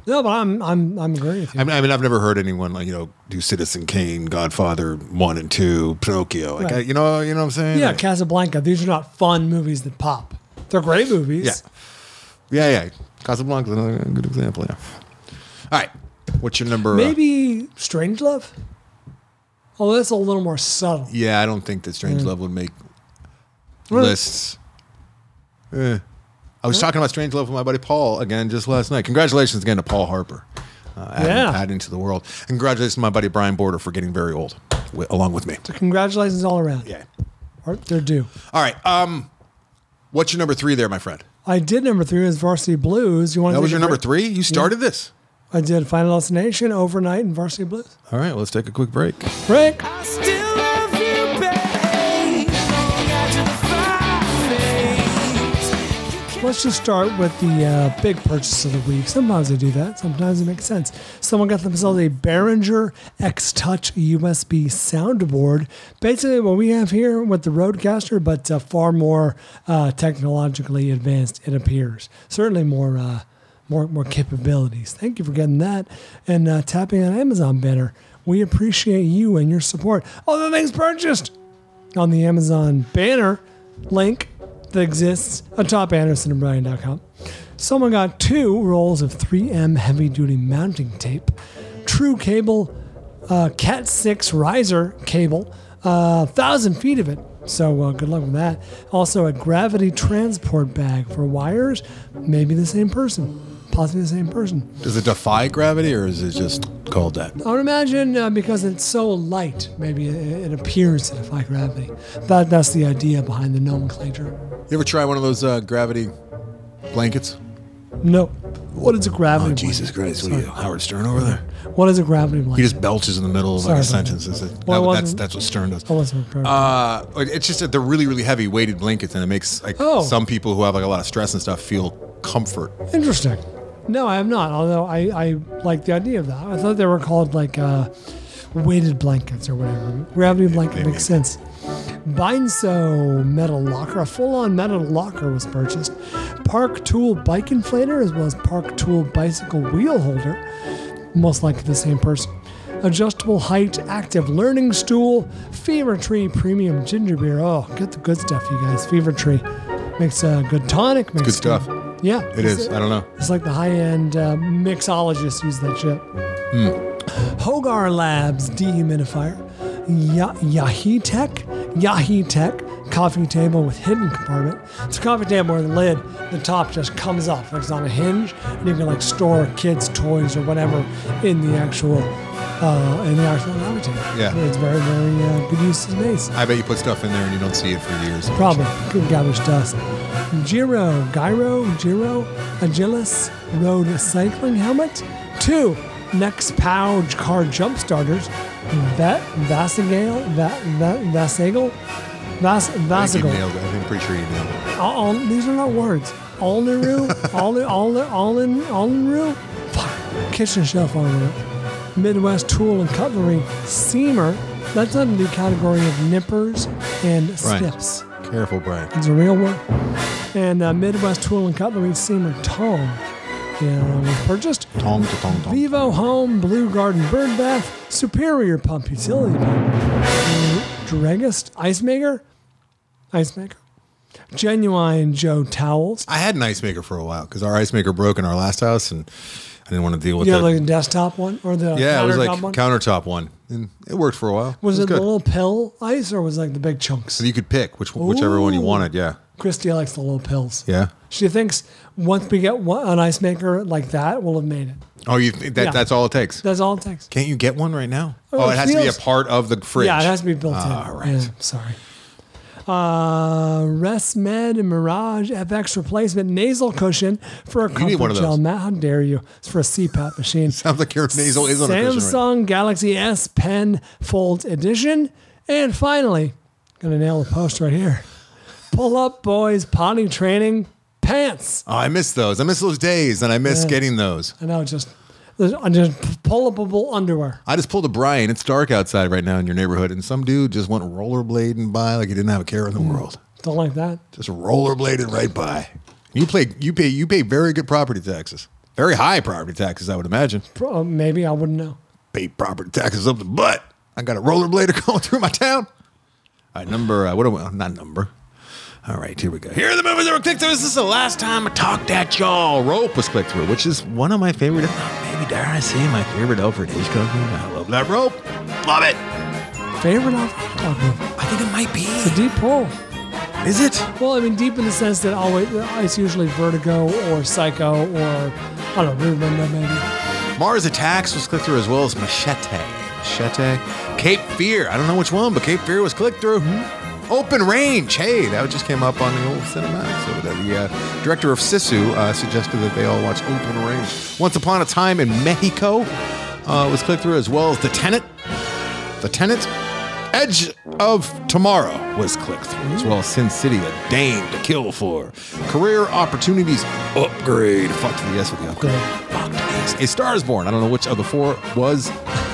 A: No, but I'm I'm I'm agreeing with you.
B: I mean, I mean, I've never heard anyone like you know do Citizen Kane, Godfather one and two, Pinocchio. Like,
A: Right.
B: I- you know, you know what I'm saying?
A: yeah,
B: Like,
A: Casablanca. These are not fun movies that pop. They're great movies.
B: yeah, yeah, yeah. Casablanca's another good example. Yeah. All right, what's your number? uh,
A: Maybe Strange Love. Oh, that's a little more subtle.
B: yeah, I don't think that Strange Love would make
A: Mm. Really?
B: lists. Eh. I was talking about Strange Love with my buddy Paul again just last night. Congratulations again to Paul Harper. Uh, adding,
A: Yeah.
B: adding to the world. And congratulations to my buddy Brian Border for getting very old, wi- along with me.
A: Congratulations all around.
B: Yeah.
A: Or They're due.
B: All right. Um, what's your number three there, my friend?
A: I did number three was Varsity Blues. You want
B: That was your number three. You started this.
A: I did Final Destination, Overnight, and Varsity Blues.
B: All right, let's take a quick break.
A: Rick, let's just start with the uh, big purchase of the week. Sometimes I do that. Sometimes it makes sense. Someone got themselves a Behringer X Touch USB soundboard. Basically, what we have here with the Roadcaster, but uh, far more uh, technologically advanced. It appears certainly more. Uh, more, more capabilities. Thank you for getting that and uh, tapping on Amazon banner. We appreciate you and your support. All the things purchased on the Amazon banner link that exists atop andersonandbryan.com. Someone got two rolls of 3M heavy duty mounting tape, true cable, uh, Cat 6 riser cable, a thousand feet of it. So uh, good luck with that. Also, a gravity transport bag for wires, maybe the same person, possibly the same person.
B: Does it defy gravity or is it just called that?
A: I would imagine uh, because it's so light, maybe it, it appears to defy gravity. That, that's the idea behind the nomenclature.
B: You ever try one of those uh, gravity blankets? Oh,
A: No. What is a gravity blanket?
B: Howard Stern over there?
A: What is a gravity blanket?
B: He just belches in the middle of like,
A: Sorry
B: a
A: about
B: sentence. It's a-
A: Well, it
B: that- that's
A: wasn't-
B: that's what Stern does.
A: I wasn't prepared.
B: Uh, it's just that they're really, really heavy weighted blankets, and it makes like
A: Oh.
B: some people who have like a lot of stress and stuff feel comfort.
A: Interesting. No, I am not. Although I, I like the idea of that. I thought they were called like uh, weighted blankets or whatever. Gravity blanket
B: they
A: makes sense. Bindso metal locker, a full-on metal locker was purchased. Park tool bike inflator as well as Park tool bicycle wheel holder. most likely the same person. Adjustable height, active learning stool, Fever Tree premium ginger beer. Oh, get the good stuff, you guys. Fever Tree makes a good tonic. Makes
B: good stuff.
A: Yeah,
B: It is. I don't know.
A: It's like the high-end uh, mixologists use that shit. Hogar Labs dehumidifier, ya- Yahi Tech, Yahi Tech coffee table with hidden compartment. It's a coffee table where the lid, the top just comes off. It's on a hinge, and you can like store kids' toys or whatever in the actual uh, in the actual coffee table.
B: Yeah.
A: it's very very uh, good use of space.
B: I bet you put stuff in there and you don't see it for years.
A: Probably. Good garbage dust. Giro, Gyro, Giro, Agilis road cycling helmet. Two, next pouch car jump starters. Vet, Vasagale, Va- Va- Vasagle, Vas,
B: I think you
A: Vasagle.
B: nailed it. I think I'm pretty sure you nailed it.
A: All, all, these are not words. Alneru, Alneru, Alneru, Alneru, fuck, kitchen shelf ornament. Midwest tool and cutlery, seamer. That's under the category of nippers and
B: Right.
A: snips.
B: Careful, Brian.
A: It's a real one. And uh, Midwest Tool and Cutlery Seamer Tong. Yeah, was uh, purchased.
B: Tong to tong tong.
A: Vivo Home, Blue Garden Bird Bath, Superior Pump Utility Pump, Dragist Ice Maker, Ice Maker, Genuine Joe Towels.
B: I had an ice maker for a while because our ice maker broke in our last house, and I didn't want to deal with
A: You
B: that.
A: have like a desktop one or the
B: yeah, it was
A: countertop
B: like
A: one?
B: countertop one, and it worked for a while.
A: was it
B: good.
A: the little pill ice or was it like the big chunks?
B: you could pick which whichever one you
A: Ooh.
B: wanted. Yeah,
A: Christy likes the little pills.
B: yeah.
A: She thinks once we get one, an ice maker like that, we'll have made it.
B: Oh, you think that
A: Yeah.
B: that's all it takes?
A: That's all it takes.
B: Can't you get one right now?
A: Oh,
B: Oh,
A: it
B: it has to be a
A: feels-
B: part of the fridge.
A: Yeah, it has to be built in.
B: All Ah, right.
A: Yeah, sorry. Uh, ResMed and Mirage FX replacement nasal cushion for a comfort
B: need one of
A: gel
B: those.
A: mat. How dare you? It's for a CPAP machine.
B: Sounds like your nasal is on a cushion. Right?
A: Samsung Galaxy S Pen Fold Edition. And finally, gonna nail the post right here. Pull up boys potty training pants.
B: Oh, I miss those. I miss those days, and I miss getting those.
A: I know, just there's uh, just pull upable underwear.
B: I just pulled a Brian. It's dark outside right now in your neighborhood, and some dude just went rollerblading by like he didn't have a care in the world.
A: Don't like that.
B: Just rollerbladed right by. You play. You pay. You pay very good property taxes. Very high property taxes, I would imagine.
A: Pro- uh, Maybe I wouldn't know.
B: Pay property taxes up the butt. I got a rollerblader going through my town. All right, number. Uh, what? Are we, not number. All right, here we go. Here are the movies that were clicked through. This is the last time I talked at y'all. Rope was clicked through, which is one of my favorite, if not maybe dare I say, my favorite Alfred Hitchcock movie. I love that rope. Love it.
A: Favorite outfit? Oh,
B: I think it might be.
A: no. Deep pull.
B: Is it?
A: Well, I mean, deep in the sense that always it's usually vertigo or psycho or I don't know, rear window maybe.
B: Mars Attacks was clicked through as well as Machete. Machete. Cape Fear. I don't know which one, but Cape Fear was clicked through. Hmm. Open Range. Hey, that just came up on the old cinematics over there. The uh, director of Sisu uh, suggested that they all watch Open Range. Once Upon a Time in Mexico uh, was clicked through as well as The Tenant. The Tenant. Edge of Tomorrow was clicked through as well. as Sin City, a dame to kill for. Career opportunities upgrade. Fuck to the S with the upgrade. Fuck to the S. A Star is Born. I don't know which of the four was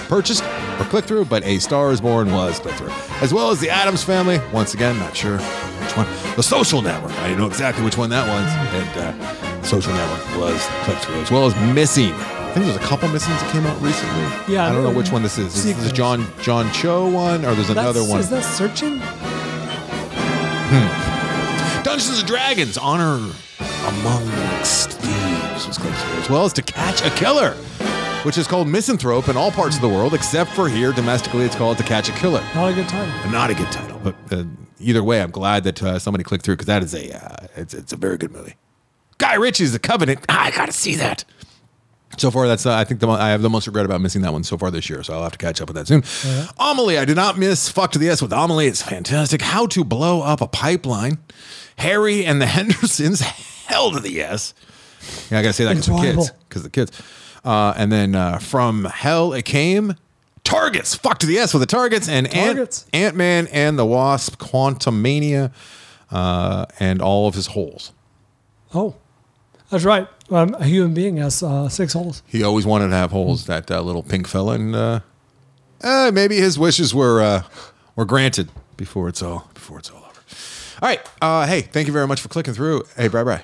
B: purchased or clicked through, but A Star is Born was clicked through. As well as The Adams Family. Once again, not sure which one. The Social Network. I know exactly which one that was. And uh, Social Network was clicked through. As well as Missing. I think there's a couple missings that came out recently.
A: Yeah,
B: I don't know
A: the-
B: which one this is. Is this
A: sequels.
B: John John John Cho one, or there's another
A: That's-
B: one.
A: Is that searching?
B: Dungeons and Dragons: Honor Amongst Thieves was close to it, as well as To Catch a Killer, which is called Misanthrope in all parts of the world except for here domestically. It's called To Catch a Killer.
A: Not a good title.
B: Not a good title, but uh, either way, I'm glad that uh, somebody clicked through because that is a uh, it's, it's a very good movie. Guy Ritchie's The Covenant. Ah, I gotta see that. So far, that's uh, I think the mo- I have the most regret about missing that one so far this year. So I'll have to catch up with that soon. Amelie, I did not miss Fuck to the S with Amelie. It's fantastic. How to blow up a pipeline. Harry and the Hendersons. Hell to the S. Yeah, I gotta say that because the
A: Enjoyable.
B: kids. Because the kids. Uh, and then uh, from Hell It Came. Targets. Fuck to the S with the targets and
A: Targets.
B: Ant Man and the Wasp. Quantum Mania. Uh, and all of his holes.
A: Oh, that's right. Um, a human being has uh, six holes.
B: He always wanted to have holes. That uh, little pink fella, and uh, eh, maybe his wishes were uh, were granted before it's all before it's all over. All right, uh, hey, thank you very much for clicking through. Hey, bye bye.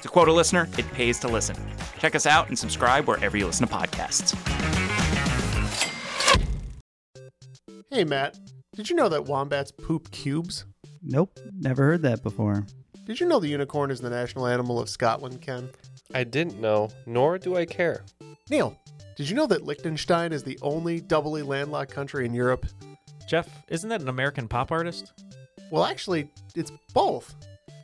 D: To quote a listener, it pays to listen. Check us out and subscribe wherever you listen to podcasts.
E: Hey, Matt, did you know that wombats poop cubes?
F: Nope, never heard that before.
E: Did you know the unicorn is the national animal of Scotland, Ken?
G: I didn't know, nor do I care.
E: Neil, did you know that Liechtenstein is the only doubly landlocked country in Europe?
H: Jeff, isn't that an American pop artist?
E: Well, actually, it's both.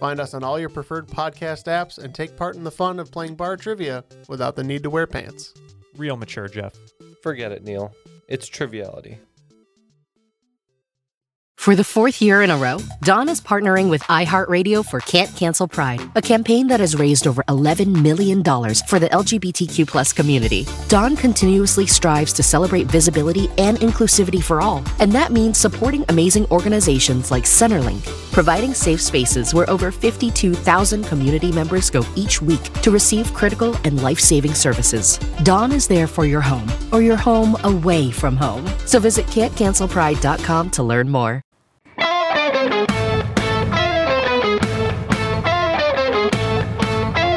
E: Find us on all your preferred podcast apps and take part in the fun of playing bar trivia without the need to wear pants.
H: Real mature, Jeff.
G: Forget it, Neil. It's Triviality.
I: For the fourth year in a row, Dawn is partnering with iHeartRadio for Can't Cancel Pride, a campaign that has raised over $11 million for the LGBTQ plus community. Dawn continuously strives to celebrate visibility and inclusivity for all, and that means supporting amazing organizations like Centerlink, providing safe spaces where over 52,000 community members go each week to receive critical and life-saving services. Dawn is there for your home, or your home away from home. So visit can'tcancelpride.com to learn more.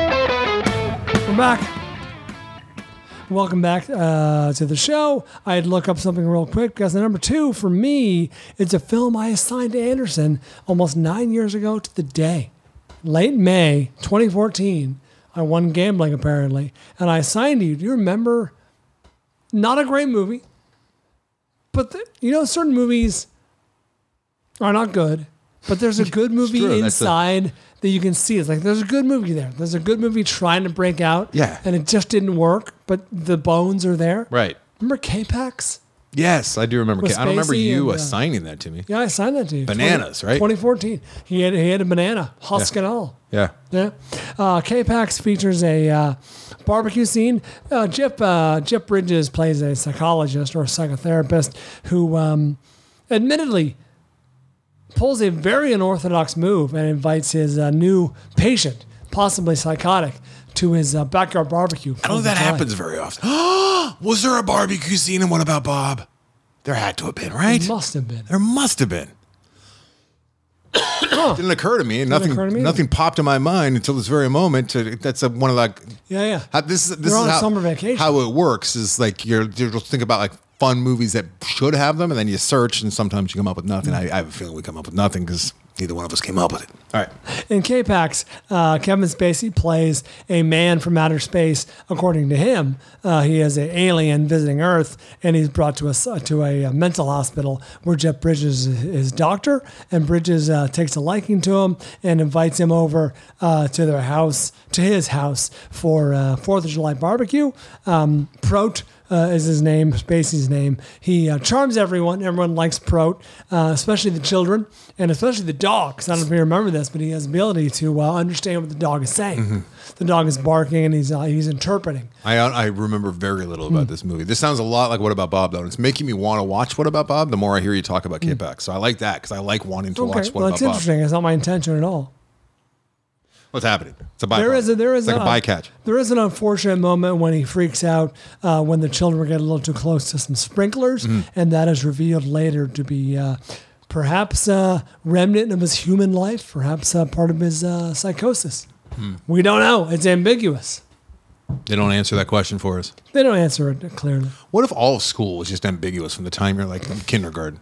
A: We're back. Welcome back uh, to the show. I had to look up something real quick because the number two for me, it's a film I assigned to Anderson almost nine years ago to the day. Late May 2014, I won gambling apparently, and I assigned you. Do you remember? Not a great movie, but the, you know, certain movies are not good, but there's a good movie
B: true, that's the-
A: inside that you can see. It's like there's a good movie there. There's a good movie trying to break out.
B: Yeah.
A: And it just didn't work, but the bones are there.
B: Right.
A: Remember K-Pax?
B: Yes, I do remember.
A: With
B: Ca- I don't remember
A: Spacey
B: you
A: and, uh,
B: assigning that to me.
A: Yeah, I signed that to you.
B: Bananas, right?
A: 2014. He had he had a banana, husk and all.
B: Yeah.
A: Yeah. Uh, K-Pax features a uh, barbecue scene. Uh, Jeff, uh, Jeff Bridges plays a psychologist or a psychotherapist who, um, admittedly, pulls a very unorthodox move and invites his uh, new patient, possibly psychotic, to his uh, backyard barbecue.
B: I don't think that happens very often. Was there a barbecue scene in What About Bob? There had to have been, right?
A: It must have been.
B: There must have been. Didn't occur to me. nothing.
A: occur to me
B: nothing popped in my mind until this very moment. To, that's a, one of like.
A: Yeah, yeah.
B: How, this is this
A: You're
B: is
A: on a
B: how,
A: summer vacation.
B: how it works. Is like you're you just think about like fun movies that should have them, and then you search, and sometimes you come up with nothing.
A: Mm.
B: I, I have a feeling we come up with nothing because neither one of us came up with it. All right.
A: In K-Pax, uh, Kevin Spacey plays a man from outer space. According to him, uh, he is an alien visiting Earth, and he's brought to a s- to a, uh, mental hospital where Jeff Bridges is his doctor, and Bridges uh, takes a liking to him and invites him over uh, to their house, to his house for uh, Fourth of July barbecue. Um, Prote uh, is his name, Spacey's name. He uh, charms everyone. Everyone likes Prote, uh, especially the children and especially the dog. 'cause I don't know if you remember this, but he has the ability to uh, understand what the dog is saying.
B: Mm-hmm.
A: The dog is barking and he's uh, he's interpreting.
B: I I remember very little
A: Hmm.
B: about this movie. This sounds a lot like What About Bob though. and It's making me want to watch What About Bob the more I hear you talk about Kit Back. So I like that because I like wanting to watch What
A: Hmm. well,
B: About
A: that's
B: Bob.
A: interesting. It's not my intention at all.
B: What's happening? It's a byproduct.
A: There is a there is
B: it's like
A: a,
B: a bycatch.
A: There is an unfortunate moment when he freaks out uh, when the children get a little too close to some sprinklers,
B: Mhm.
A: and that is revealed later to be uh, perhaps a remnant of his human life, perhaps uh, part of his uh, psychosis.
B: Hmm.
A: We don't know. It's ambiguous.
B: They don't answer that question for us.
A: They don't answer it clearly.
B: What if all of school was just ambiguous from the time you're like in kindergarten?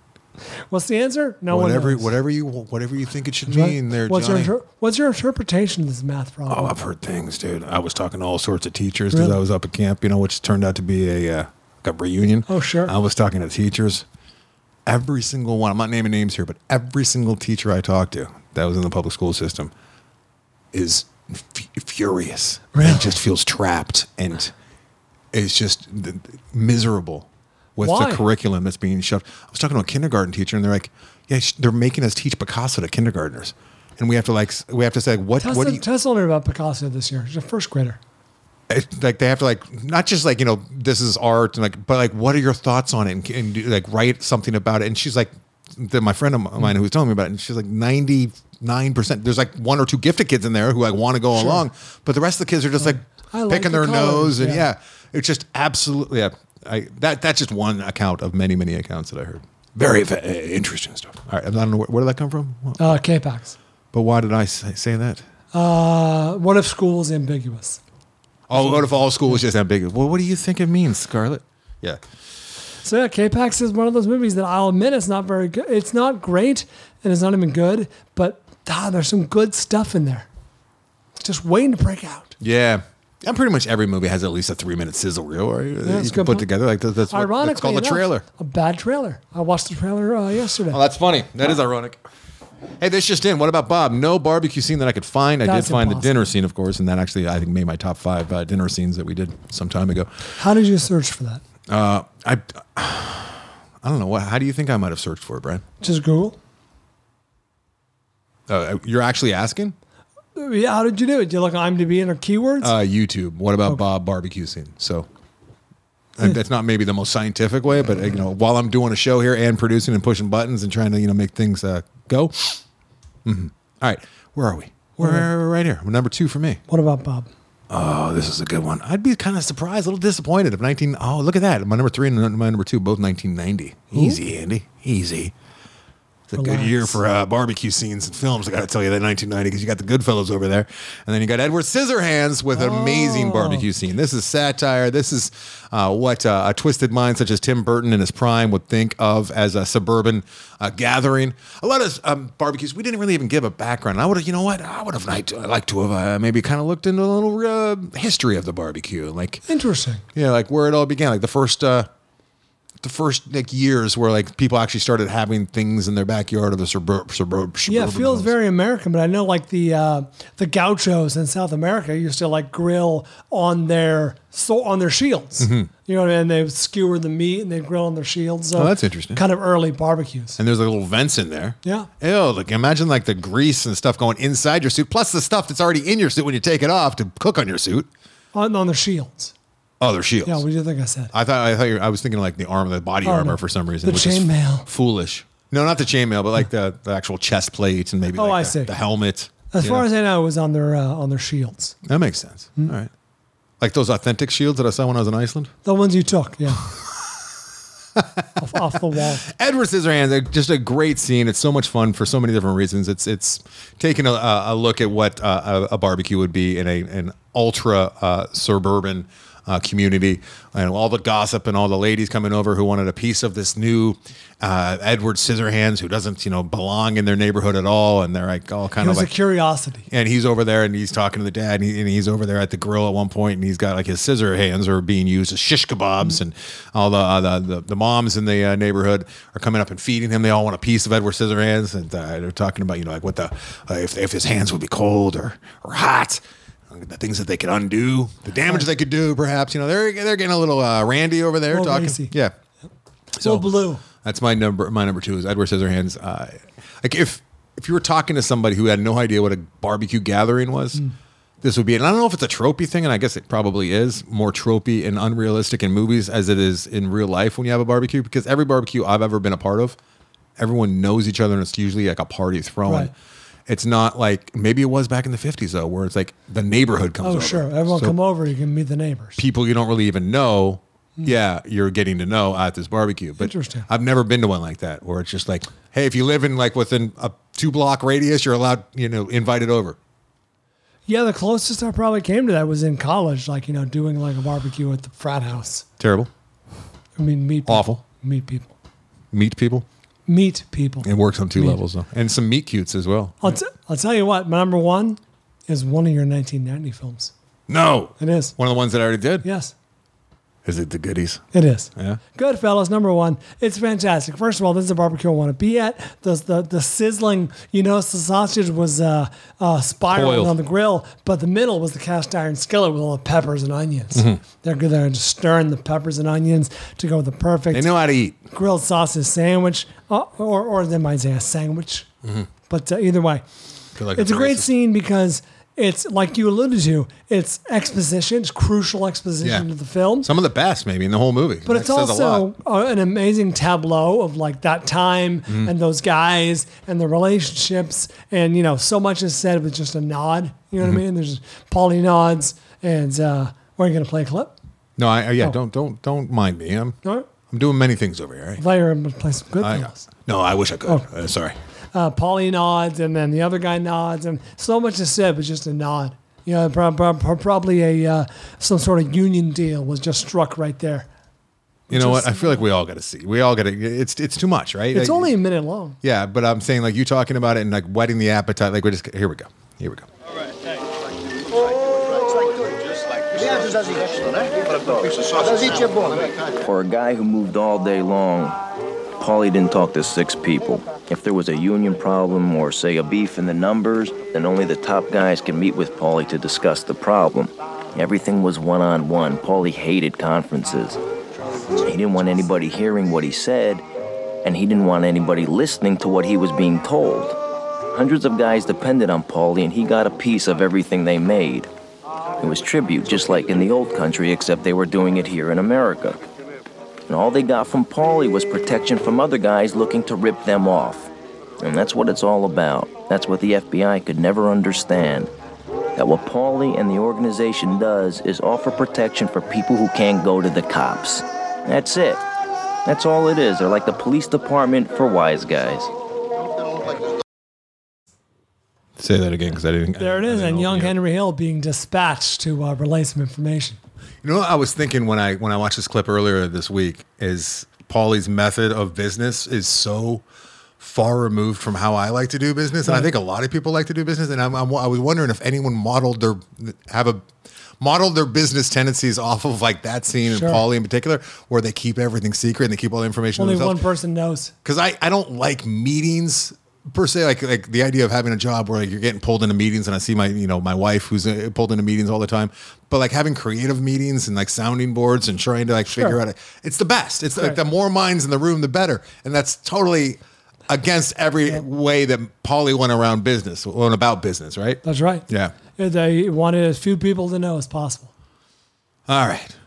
A: What's the answer? No
B: whatever,
A: one knows.
B: whatever you whatever you think it should
A: Right?
B: mean. There,
A: what's, your
B: Johnny.
A: inter- what's your interpretation of this math problem?
B: oh, I've heard things, dude. I was talking to all sorts of teachers because
A: Really?
B: I was up at camp, you know, which turned out to be a, uh, like a reunion.
A: Oh, sure.
B: I was talking to teachers. Every single one. I'm not naming names here, but every single teacher I talked to that was in the public school system is f- furious. And just feels trapped and is just th- th- miserable with
A: Why?
B: the curriculum that's being shoved. I was talking to a kindergarten teacher, and they're like, "Yeah, sh- they're making us teach Picasso to kindergartners." And we have to like, s- we have to say, what,
A: Tell
B: what
A: us,
B: do you,
A: tell us a little bit about Picasso this year. He's a first grader.
B: it's like they have to like not just like you know this is art and like but like what are your thoughts on it and, and do, like write something about it and she's like the, my friend of mine who was telling me about it and she's like 99% there's like one or two gifted kids in there who like want to go
A: Sure.
B: along but the rest of the kids are just like
A: I like
B: picking
A: the
B: their
A: color,
B: nose and
A: yeah.
B: yeah. it's just absolutely yeah, I, that that's just one account of many many accounts that I heard very fa- uh, interesting stuff all right I don't know where, where did that come from
A: Uh, K-Pax.
B: but why did I say, say that
A: Uh, what if school is ambiguous?
B: oh what if all school was just ambiguous well what do you think it means Scarlett yeah
A: So yeah, K-Pax is one of those movies that I'll admit it's not very good. It's not great, and it's not even good. But ah, there's some good stuff in there. just waiting to break out.
B: Yeah. And pretty much every movie has at least a three minute sizzle reel right?
A: that's a
B: you
A: good
B: can put
A: point.
B: together. Like that- that's, what,
A: Ironically,
B: that's called a
A: enough,
B: trailer.
A: A bad trailer. I watched the trailer uh, yesterday.
B: Oh, that's funny. That is ironic. Hey, this just in. What about Bob? No barbecue scene that I could find. I
A: That's
B: did find the
A: impossible.
B: dinner scene, of course, and that actually I think made my top five uh, dinner scenes that we did some time ago.
A: How did you search for that?
B: Uh, I I don't know. What, how do you think I might have searched for it, Brian?
A: Just Google.
B: Uh, you're actually asking?
A: Uh, Yeah, how did you do it? Did you look on IMDb and our keywords?
B: Uh, YouTube. What about Bob barbecue scene? So uh, that's not maybe the most scientific way, but uh, you know, while I'm doing a show here and producing and pushing buttons and trying to you know make things uh, go. Mhm. All right, where are we? We're right here. Number two for me.
A: what about Bob?
B: Oh, this is a good one. I'd be kind of surprised, a little disappointed if 19. Oh, look at that. My number three and my number two, both 1990. Easy, Andy. Easy. It's a good year for uh, barbecue scenes and films. I got to tell you that 1990 because you got the Goodfellas over there, and then you got Edward Scissorhands with an amazing barbecue scene. This is satire. This is uh, what uh, a twisted mind such as Tim Burton in his prime would think of as a suburban uh, gathering. A lot of um, barbecues we didn't really even give a background. I would have, you know what? I would have liked, liked to have uh, maybe kind of looked into a little uh, history of the barbecue, like
A: Interesting.
B: yeah, like where it all began, like the first uh the first like years where like people actually started having things in their backyard of the suburb suburb
A: Yeah,
B: suburban
A: it feels
B: homes.
A: very American, but I know like the uh, the gauchos in South America used to like grill on their so on their shields.
B: Mhm.
A: You know what I mean? And They would skewer the meat and they grill on their shields. So
B: Oh, that's interesting.
A: Kind of early barbecues.
B: and there's like little vents in there.
A: Yeah.
B: Ew, like imagine like the grease and stuff going inside your suit, plus the stuff that's already in your suit when you take it off to cook on your suit.
A: On, on their shields.
B: Oh, their shields.
A: Yeah, what do you think I said?
B: I thought I thought you were, I was thinking like the arm, the body
A: Oh,
B: armor
A: no.
B: for some reason.
A: The
B: which is
A: chainmail.
B: Foolish. No, not the chainmail, but like the, the actual chest plate and maybe
A: Oh,
B: like
A: I
B: the,
A: see.
B: the helmet.
A: As
B: you
A: far
B: know?
A: as I Mm. know, it was on their uh, on their shields.
B: that makes sense. All right. Like those authentic shields that I saw when I was in Iceland.
A: The ones you took, yeah. off, off the wall.
B: Edward Scissorhands, uh, just a great scene. It's so much fun for so many different reasons. It's it's taking a, a a look at what uh, a, a barbecue would be in a an ultra uh, suburban. Uh, community and all the gossip and all the ladies coming over who wanted a piece of this new uh, Edward Scissorhands who doesn't you know belong in their neighborhood at all and they're like all kind
A: It
B: of
A: was
B: like
A: a curiosity.
B: and he's over there and he's talking to the dad and, he, and he's over there at the grill at one point and he's got like his scissor hands are being used as shish kebabs and all the uh, the, the, the moms in the uh, neighborhood are coming up and feeding him they all want a piece of edward scissorhands and uh, they're talking about you know like what the uh, if, if his hands would be cold or or hot the things that they could undo the damage they could do perhaps you know they're they're getting a little uh, randy over there
A: Uh-huh. Little
B: talking
A: racy.
B: yeah
A: So blue.
B: that's my number. My number two is Edward Scissorhands. Uh, like if if you were talking to somebody who had no idea what a barbecue gathering was,
A: Hmm.
B: this would be. And I don't know if it's a tropey thing, and I guess it probably is more tropey and unrealistic in movies as it is in real life when you have a barbecue. Because every barbecue I've ever been a part of, everyone knows each other, and it's usually like a party thrown.
A: Right.
B: It's not like maybe it was back in the fifties though, where it's like the neighborhood comes.
A: Oh,
B: over.
A: sure. Everyone
B: So-
A: come over. You can meet the neighbors.
B: people you don't really even know. Yeah, you're getting to know at this barbecue. But
A: Hmm. Interesting.
B: I've never been to one like that where it's just like, hey, if you live in like within a two block radius, you're allowed, you know, invited over.
A: Yeah, the closest I probably came to that was in college, like, you know, doing like a barbecue at the frat house.
B: Terrible.
A: I mean, meet people.
B: Awful.
A: Meet people.
B: Meet people.
A: Meet people.
B: It works on two
A: Meet.
B: levels though. And some meat cutes as well.
A: I'll, t- I'll tell you what, my number one is one of your 1990 films.
B: No.
A: It is.
B: One of the ones that I already did?
A: Yes.
B: Is it the goodies?
A: It is.
B: Yeah.
A: Goodfellas, number one. It's fantastic. First of all, this is a barbecue I want to be at. The, the, the sizzling, you notice the sausage was uh, uh, spiraling
B: Boiled.
A: on the grill, but the middle was the cast iron skillet with all the peppers and onions.
B: Mhm.
A: They're good. They're just stirring the peppers and onions to go with the perfect
B: They know how to eat.
A: grilled sausage sandwich, uh, or, or they might say a sandwich.
B: Mhm.
A: But uh, either way,
B: Feel like
A: it's a
B: I'm
A: great
B: racist.
A: scene because it's like you alluded to. It's exposition. It's crucial exposition to
B: Yeah.
A: the film.
B: Some of the best maybe in the whole movie.
A: But
B: That
A: it's
B: says a lot.
A: also uh, an amazing tableau of like that time
B: Mhm.
A: and those guys and the relationships. And, you know, so much is said with just a nod. You know
B: Mhm.
A: what I mean? There's poly nods. And uh, we're going to play a clip.
B: No, I, I- yeah,
A: Oh.
B: don't don't don't mind me. I'm
A: All right.
B: I'm doing many things over here.
A: I
B: eh?
A: thought you were going to play some good
B: I-
A: films.
B: no, I wish I could.
A: Oh.
B: Uh, sorry.
A: Uh, Polly nods, and then the other guy nods, and so much is said, but just a nod. You know, prob- prob- prob- probably a uh, some sort of union deal was just struck right there.
B: You know what?
A: Just-
B: I feel like we all got to see. We all got to. It's it's too much, right?
A: It's
B: Like-
A: only a minute long.
B: Yeah, but I'm saying like you talking about it and like whetting the appetite. Like we're just here. We go. Here we go.
J: For a guy who moved all day long, Paulie didn't talk to six people. If there was a union problem or, say, a beef in the numbers, then only the top guys could meet with Paulie to discuss the problem. Everything was one on one. Paulie hated conferences. He didn't want anybody hearing what he said, and he didn't want anybody listening to what he was being told. Hundreds of guys depended on Paulie, and he got a piece of everything they made. It was tribute, just like in the old country, except they were doing it here in America. And all they got from Paulie was protection from other guys looking to rip them off. And that's what it's all about. That's what the FBI could never understand. That what Paulie and the organization does is offer protection for people who can't go to the cops. That's it. That's all it is. They're like the police department for wise guys.
B: Say that again because I didn't.
A: There it is, and young Henry Hill being dispatched to uh, relay some information.
B: You know what I was thinking when I when I watched this clip earlier this week is Paulie's method of business is so far removed from how I like to do business, and I
K: Right.
B: think a lot of people like to do business. And I'm, I'm I was wondering if anyone modeled their have a modeled their business tendencies off of like that scene
A: Sure.
B: and Paulie in particular, where they keep everything secret and they keep all the information. to
A: Only one
B: themselves
A: person knows.
B: because I, I don't like meetings per se like like the idea of having a job where like you're getting pulled into meetings and I see my you know my wife who's uh, pulled into meetings all the time but like having creative meetings and like sounding boards and trying to like figure
K: Sure.
B: out it, it's the best it's like
K: Right.
B: the more minds in the room the better and that's totally against every way that Paulie went around business went about business right
A: That's right.
B: yeah
A: Uh, They wanted as few people to know as possible.
B: all right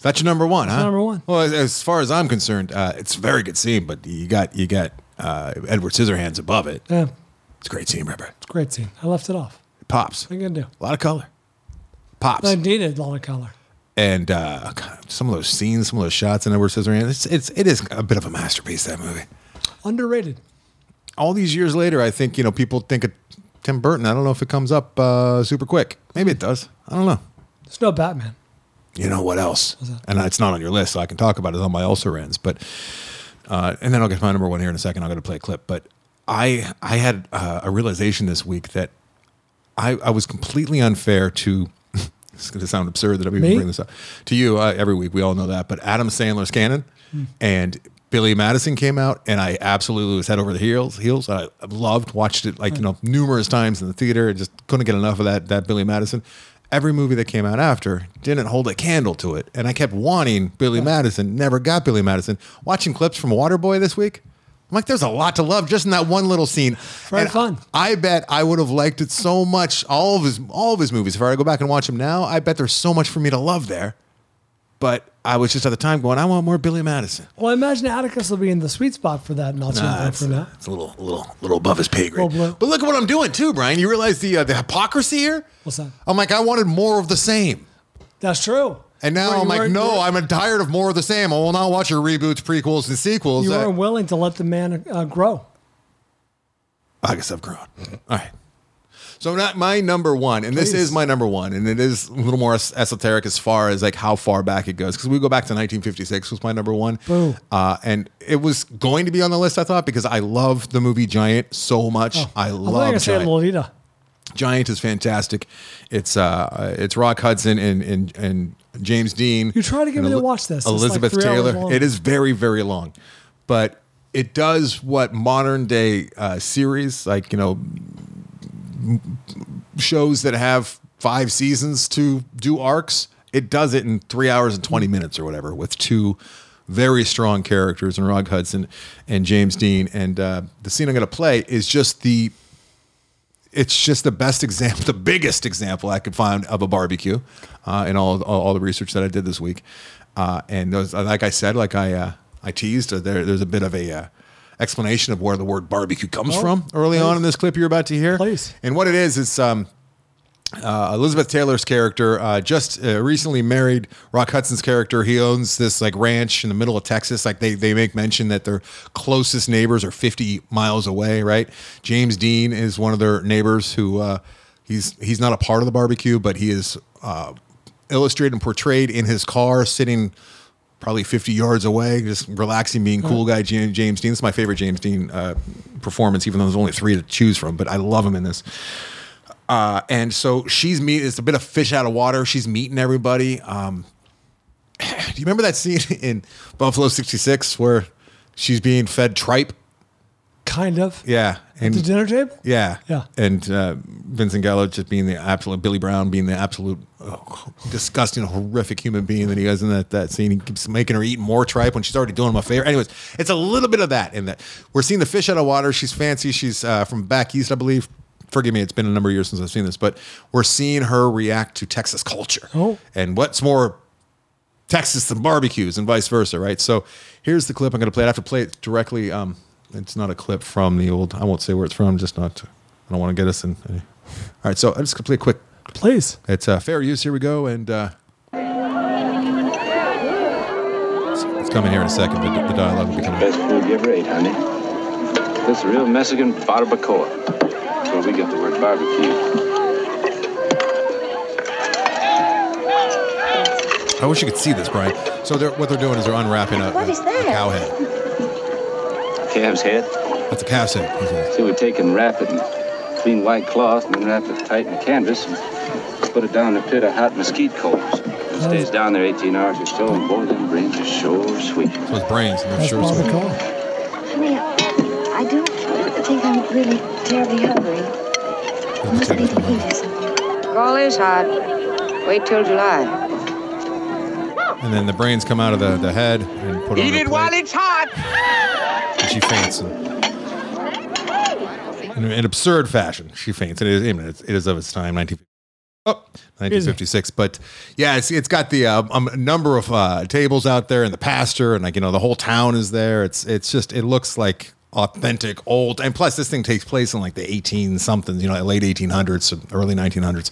B: that's your number one
A: That's
B: huh
A: number one.
B: well as, as far as I'm concerned uh, it's a very good scene but you got you got uh, Edward Scissorhands above it
A: Yeah,
B: it's a great scene Robert
A: it's a great scene. I left it off.
B: It pops
A: What are you gonna do?
B: a lot of color pops
A: I needed a lot of color.
B: and uh, God, some of those scenes some of those shots in edward scissorhands it's, it's it is a bit of a masterpiece that movie
A: Underrated.
B: all these years later i think you know people think of tim burton i don't know if it comes up uh, super quick maybe it does i don't know
A: There's no Batman.
B: you know what else and it's not on your list so i can talk about it on my ulcer ends but uh, and then i'll get to my number one here in a second i'm going to play a clip but i i had uh, a realization this week that i i was completely unfair to it's going to sound absurd that i'm even
K: Me?
B: bringing this up to you uh, every week we all know that but adam sandler's canon
K: Hmm.
B: and Billy Madison came out, and I absolutely was head over the heels. Heels, I loved, watched it like you know numerous times in the theater. Just couldn't get enough of that that Billy Madison. Every movie that came out after didn't hold a candle to it, and I kept wanting Billy Madison. Never got Billy Madison. Watching clips from Waterboy this week, I'm like, there's a lot to love just in that one little scene. Very fun. I bet I would have liked it so much. All of his all of his movies. If I were to go back and watch them now, I bet there's so much for me to love there. But I was just at the time going, I want more Billy Madison.
A: Well, I imagine Atticus will be in the sweet spot for that, and I'll
B: Nah,
A: jump in
B: it's-
A: for that.
B: It's a little, little, little above his pay grade. But look at what I'm doing too, Brian. You realize the uh, the hypocrisy here?
A: What's that?
B: I'm like, I wanted more of the same.
A: That's true.
B: And now
A: Well, you
B: I'm like,
A: weren't-
B: no, I'm tired of more of the same. I will not watch your reboots, prequels, and sequels. Uh,
A: You
B: I,
A: are willing to let the man uh, grow.
B: I guess I've grown.
A: Mm-hmm.
B: All right. So not my number one, and this is my number one, and it is a little more es- esoteric as far as like how far back it goes because we go back to 1956 was my number one,
K: Boo.
B: Uh, and it was going to be on the list I thought because I love the movie Giant so much.
A: Oh. I
B: I
A: thought you were
B: love
A: gonna say
B: Giant.
A: Lolita.
B: Giant is fantastic. It's uh, it's Rock Hudson and and, and James Dean.
A: You try to get
B: and
A: me to
B: Eli-
A: watch this. It's like
B: Elizabeth
A: three hours long.
B: Taylor. It is very very long, but it does what modern day uh, series like you know shows that have five seasons to do arcs. It does it in three hours and twenty minutes or whatever with two very strong characters in Rog Hudson and James Dean. And uh, the scene I'm going to play is just the it's just the best example, the biggest example I could find of a barbecue uh, in all, all all the research that I did this week. Uh, and those, like I said, like I uh, I teased, uh, there, there's a bit of a uh, explanation of where the word barbecue comes
K: Oh,
B: from early on
K: please.
B: in this clip you're about to hear. Please. And what it is is um, uh, Elizabeth Taylor's character uh, just uh, recently married Rock Hudson's character. He owns this like ranch in the middle of Texas. Like they they make mention that their closest neighbors are 50 miles away. Right? James Dean is one of their neighbors who uh, he's he's not a part of the barbecue, but he is uh, illustrated and portrayed in his car sitting probably 50 yards away, just relaxing, being cool guy Jam- James Dean. This is my favorite James Dean uh, performance, even though there's only three to choose from, but I love him in this. Uh, and so she's meet. It's a bit of fish out of water. She's meeting everybody. Um, do you remember that scene in Buffalo '66 where she's being fed tripe?
A: Kind of.
B: Yeah,
A: At the dinner table?
B: Yeah,
A: Yeah.
B: and uh, Vincent Gallo just being the absolute Billy Brown being the absolute oh, disgusting, horrific human being that he is in that that scene. He keeps making her eat more tripe when she's already doing him a favor. Anyways, it's a little bit of that in that we're seeing the fish out of water. She's fancy. She's uh, from back east, I believe. Forgive me, it's been a number of years since I've seen this, but we're seeing her react to Texas culture.
A: Oh.
B: And what's more Texas than barbecues and vice versa, right? So here's the clip I'm going to play. I have to play it directly. Um, it's not a clip from the old. I won't say where it's from, just not. to- I don't want to get us in. Any. All right, so I'm just going to play a quick.
A: Please.
B: It's uh, fair use. Here we go, and uh, it's, it's coming here in a second. But the, the dialogue will be coming.
K: Best food you ever ate, honey. This real Mexican barbacoa. That's where we get the word barbecue.
B: I wish you could see this, Brian. So they're, what they're doing is they're unwrapping a,
K: What
B: a,
K: is that?
B: a cow head.
K: Calf's head.
B: That's a calf's head.
K: See, we take and wrap it in clean white cloth and then wrap it tight in a canvas and put it down in a pit of hot mesquite coals. It stays down there 18 hours or so, and boy, them brains are sure sweet.
B: So it's brains, and
K: they're sure sweet.
L: Honey, I don't think I'm really terribly hungry. I must be eating something. Call is hot. Wait till July.
B: And then the brains come out of the, the head and put on.
M: Eat
B: the
M: it
B: plate.
M: while it's hot.
B: and she faints in, in an absurd fashion. She faints. It is, I mean, it's- it is of its time, 19, oh, 1956. But yeah, it's, it's got the uh, um, a number of uh, tables out there and the pastor and like, you know, the whole town is there. It's, it's just, it looks like authentic old. And plus, this thing takes place in like the 18 somethings, you know, late 1800s, or early 1900s.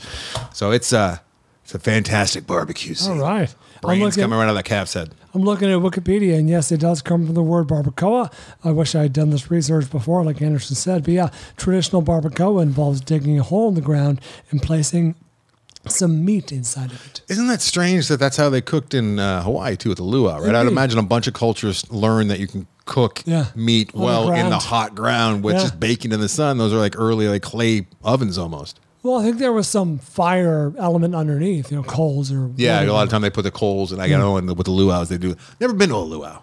B: So it's, uh, it's a fantastic barbecue scene.
A: All right. I'm
B: Brains
A: looking-
B: coming right out of that calf's head.
A: I'm looking at Wikipedia, and yes, it does come from the word barbacoa. I wish I had done this research before, like Anderson said. But yeah, traditional barbacoa involves digging a hole in the ground and placing some meat inside of it.
B: Isn't that strange that that's how they cooked in uh, Hawaii too with the luau, right? I'd
A: Indeed.
B: imagine a bunch of cultures learn that you can cook
A: Mm-hmm. Yeah.
B: meat
A: On the
B: well in the
A: ground.
B: hot ground, which
A: Yeah.
B: is baking in the sun. Those are like early like clay ovens almost.
A: Well, I think there was some fire element underneath, you know, coals or
B: Yeah, a
A: whatever.
B: lot of time they put the coals and I
A: Mm.
B: got on with the luau's they do. Never been to a luau.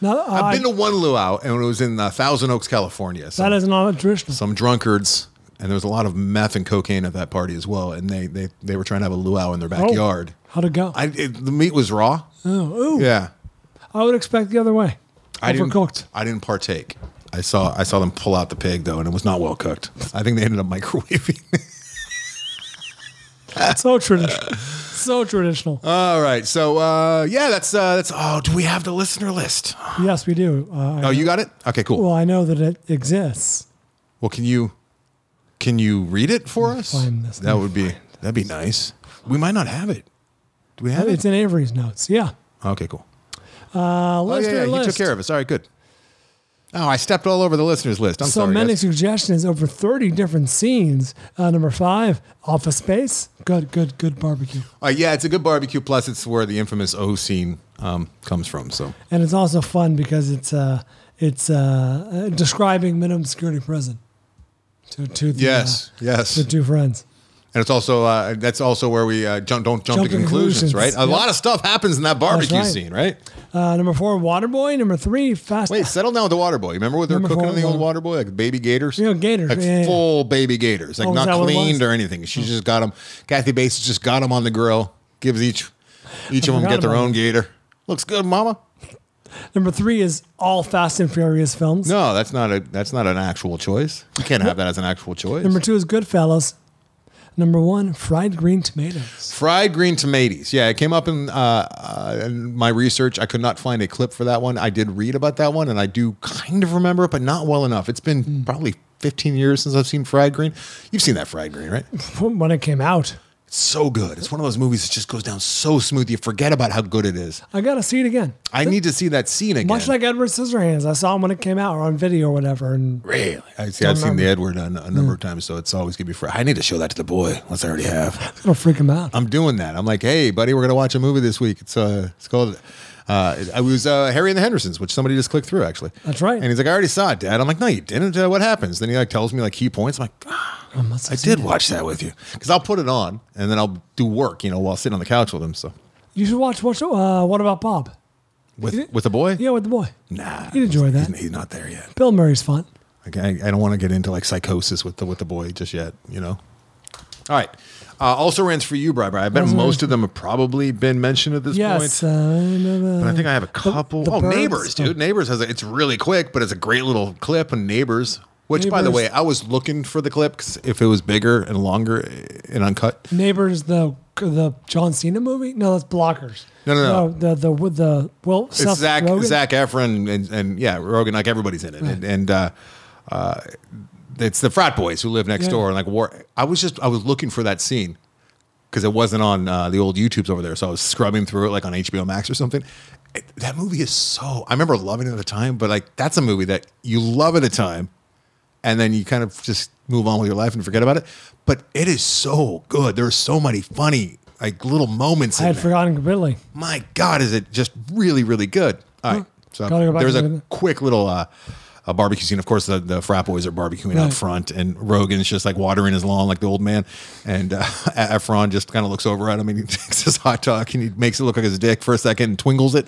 A: No,
B: I've
A: Oh, I-
B: been to one luau and it was in uh, Thousand Oaks, California. So
A: that is not a traditional.
B: some drunkards and there was a lot of meth and cocaine at that party as well. And they they, they were trying to have a luau in their
A: Oh.
B: backyard.
A: How'd it go?
B: I it, the meat was raw.
A: Oh, ooh.
B: Yeah.
A: I would expect the other way.
B: I didn't.
A: Overcooked.
B: I didn't partake. I saw. I saw them pull out the pig though, and it was not well cooked. I think they ended up microwaving.
A: so traditional. So traditional.
B: All right. So uh, yeah, that's uh, that's. Oh, do we have the listener list?
A: Yes, we do. Uh,
B: Oh, you got it. Okay, cool.
A: Well, I know that it exists.
B: Well, can you can you read it for us?
A: find this.
B: that would be that'd be nice. We might not have it. Do we have
A: It's
B: it?
A: in Avery's notes. Yeah.
B: Okay, cool.
A: Uh,
B: Oh yeah,
A: listener
B: yeah,
A: list.
B: he took care of us. All right, good. Oh, I stepped all over the listeners list. I'm
A: so
B: sorry.
A: many
B: guys.
A: suggestions, over 30 different scenes. Uh, number five, Office Space. Good, good, good barbecue.
B: Uh, yeah, it's a good barbecue. Plus, it's where the infamous O scene um, comes from. So
A: And it's also fun because it's uh, it's uh, uh, describing minimum security prison to, to the,
B: Yes,
A: uh,
B: yes.
A: the two friends.
B: And it's also uh, that's also where we uh, jump, don't jump,
A: Jump
B: to
A: to
B: conclusions,
A: conclusions,
B: right? A
A: yep.
B: lot of stuff happens in that barbecue
A: right.
B: scene, right?
A: Uh, number four, Waterboy. Number three, Fast.
B: Wait, settle down with the water boy. Remember what they were
A: Number
B: cooking
A: four,
B: in the old water boy, like baby gators,
A: Yeah, gators,
B: like
A: yeah, yeah.
B: full baby gators, like
A: Oh, is
B: not
A: that what it
B: cleaned
A: was? Oh.
B: or anything. She just got them. Kathy Bates just got them on the grill. Gives each each
A: I
B: of them
A: forgot
B: get their
A: about
B: own gator. Looks good, Mama.
A: Number three is all Fast and Furious films.
B: No, that's not a that's not an actual choice. You can't have that as an actual choice.
A: Number two is Goodfellas. Number one, Fried Green Tomatoes.
B: Fried green tomatoes. Yeah, it came up in, uh, uh, in my research. I could not find a clip for that one. I did read about that one, and I do kind of remember it, but not well enough. It's been
A: Hmm.
B: probably 15 years since I've seen fried green. You've seen that fried green, right?
A: When it came out,
B: It's so good. It's one of those movies that just goes down so smooth. You forget about how good it is.
A: I got to see it again.
B: I need to see that scene again.
A: Much like Edward Scissorhands, I saw him when it came out or on video or whatever. And
B: really, I see,
A: Don't
B: I've seen
A: remember.
B: the
A: Hmm.
B: Edward a, a number of times, so it's always gonna be fried. I need to show that to the boy once I already have.
A: It'll freak him out.
B: I'm doing that. I'm like, hey, buddy, we're gonna watch a movie this week. It's uh, it's called Uh, I was uh, Harry and the Hendersons, which somebody just clicked through actually.
A: That's right.
B: And he's like, I already saw it, Dad. I'm like, No, you didn't. Uh, what happens? Then he like tells me like key points. I'm like, ah, I did watch that with you because I'll put it on and then I'll do work, you know, while sitting on the couch with him. So
A: You should watch what? Uh, what about Bob?
B: with with the boy,
A: Yeah, with the boy.
B: Nah,
A: you'd enjoy that.
B: he's not there yet.
A: Bill Murray's fun.
B: Like, I, I don't want to get into like psychosis with the with the boy just yet, you know. All right. Uh, also rans for you, Brian. I bet
A: Also rans
B: most of them have probably been mentioned at this
A: yes,
B: point.
A: uh,
B: But I think I have a couple.
A: the
B: oh,
A: birds.
B: neighbors, dude. Neighbors has a, it's really quick, but it's a great little clip. And neighbors, which by the
A: Neighbors.
B: way, I was looking for the clip 'cause if it was bigger and longer eh, and uncut.
A: Neighbors, the the John Cena movie? No, that's Blockers.
B: No, no, no.
A: the the with the well,
B: It's
A: Seth
B: Zach
A: Rogen?
B: Zach Efron and, and yeah Rogan. Like everybody's in it, and, and uh, uh, it's the frat boys who live next
A: Yeah.
B: door. And like war, I was just I was looking for that scene because it wasn't on uh, the old YouTubes over there. So I was scrubbing through it like on HBO Max or something. It- that movie is so. I remember loving it at the time, but like that's a movie that you love at a time, and then you kind of just move on with your life and forget about it. But it is so good. There are so many funny like little moments.
A: I
B: in
A: had
B: there.
A: forgotten completely.
B: My God, is it just really, really good? All right. So
A: Gotta Hmm. go back
B: there's
A: and look
B: a quick little uh, a barbecue scene. Of course, the, the frat boys are barbecuing out
A: Right.
B: front, and Rogan's just like watering his lawn like the old man. And uh, Efron just kind of looks over at him and he takes his hot dog and he makes it look like his dick for a second and twingles it.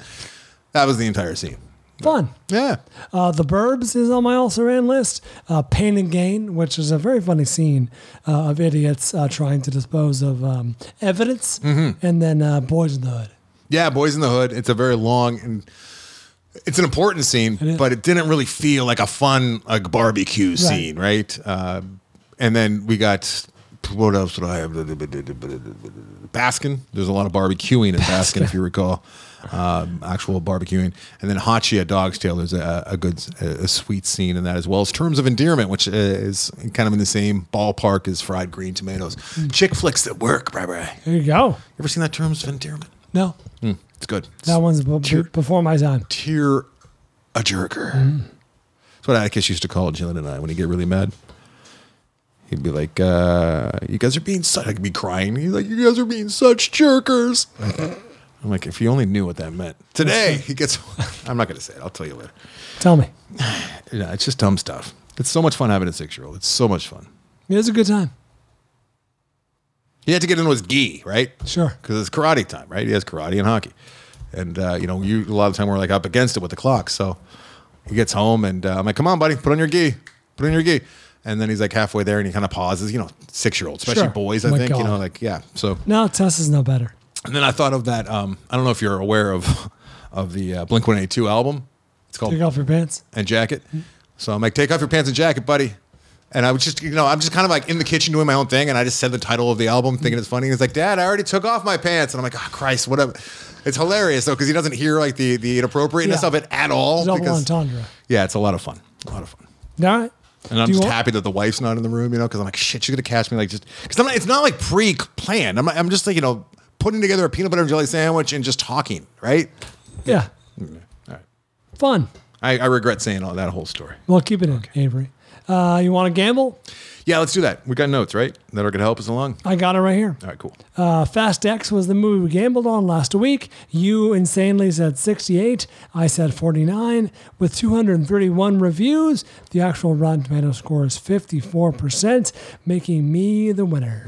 B: That was the entire scene.
A: Fun.
B: Yeah.
A: Uh, the Burbs is on my also ran list. Uh, Pain and Gain, which is a very funny scene uh, of idiots uh, trying to dispose of um, evidence.
B: Mm-hmm.
A: And then uh, Boys in the Hood.
B: Yeah, Boys in the Hood. It's a very long and it's an important scene, but it didn't really feel like a fun like barbecue scene, right? Uh, and then we got what else did I have? Baskin. There's a lot of barbecuing at Baskin, if you recall, um, actual barbecuing. And then Hachi at Dog's Tale. There's a, a good, a, sweet scene in that as well as Terms of Endearment, which uh, is kind of in the same ballpark as Fried Green Tomatoes. Chick flicks that work, bye bye.
A: There you go.
B: Ever seen that Terms of Endearment?
A: No,
B: Mm, it's good.
A: that one's b- b- before my time.
B: Tear a jerker. That's what Atticus used to call Jalen and I when he get really mad. He'd be like, uh, "You guys are being such." I'd be crying. He's like, "You guys are being such jerkers." I'm like, if you only knew what that meant. Today he gets. I'm not gonna say it. I'll tell you later.
A: Tell me.
B: Yeah, it's just dumb stuff. It's so much fun having a six year old. It's so much fun.
A: It was a good time.
B: He had to get into his gi, right?
A: Sure.
B: Because it's karate time, right? He has karate and hockey, and uh, you know, you a lot of the time we're like up against it with the clock. So he gets home, and uh, I'm like, "Come on, buddy, put on your gi, put on your gi." And then he's like halfway there, and he kind of pauses. You know, six year olds, especially
A: Sure. Oh
B: boys, I
A: My
B: think. You
A: God.
B: know, like yeah. So
A: No, Tessa's no better.
B: and then I thought of that. Um, I don't know if you're aware of of the uh, Blink One Eighty Two album. It's called
A: Take off your pants.
B: and jacket. So I'm like, take off your pants and jacket, buddy. And I was just, you know, I'm just kind of like in the kitchen doing my own thing. And I just said the title of the album thinking it's funny. And he's like, Dad, I already took off my pants. And I'm like, oh, Christ, whatever. It's hilarious though, because he doesn't hear like the, the inappropriateness
A: Yeah.
B: of it at all.
A: Double
B: Oh, because-
A: entendre.
B: yeah, it's a lot of fun. A lot of fun.
A: All right.
B: And I'm
A: Do you
B: just
A: want-
B: happy that the wife's not in the room, you know, because I'm like, shit, she's gonna catch me like just because I'm not, it's not like pre-planned. I'm, I'm just like, you know, putting together a peanut butter and jelly sandwich and just talking, right?
A: Yeah.
B: All right.
A: Fun.
B: I, I regret saying all that whole story.
A: Well, keep it in, Avery. Uh, you want to gamble?
B: Yeah, let's do that. We got notes, right? That are going to help us along.
A: I got it right here.
B: All right, cool.
A: Uh, Fast X was the movie we gambled on last week. You insanely said 68. I said 49. With 231 reviews, the actual Rotten Tomato score is 54%, making me the winner.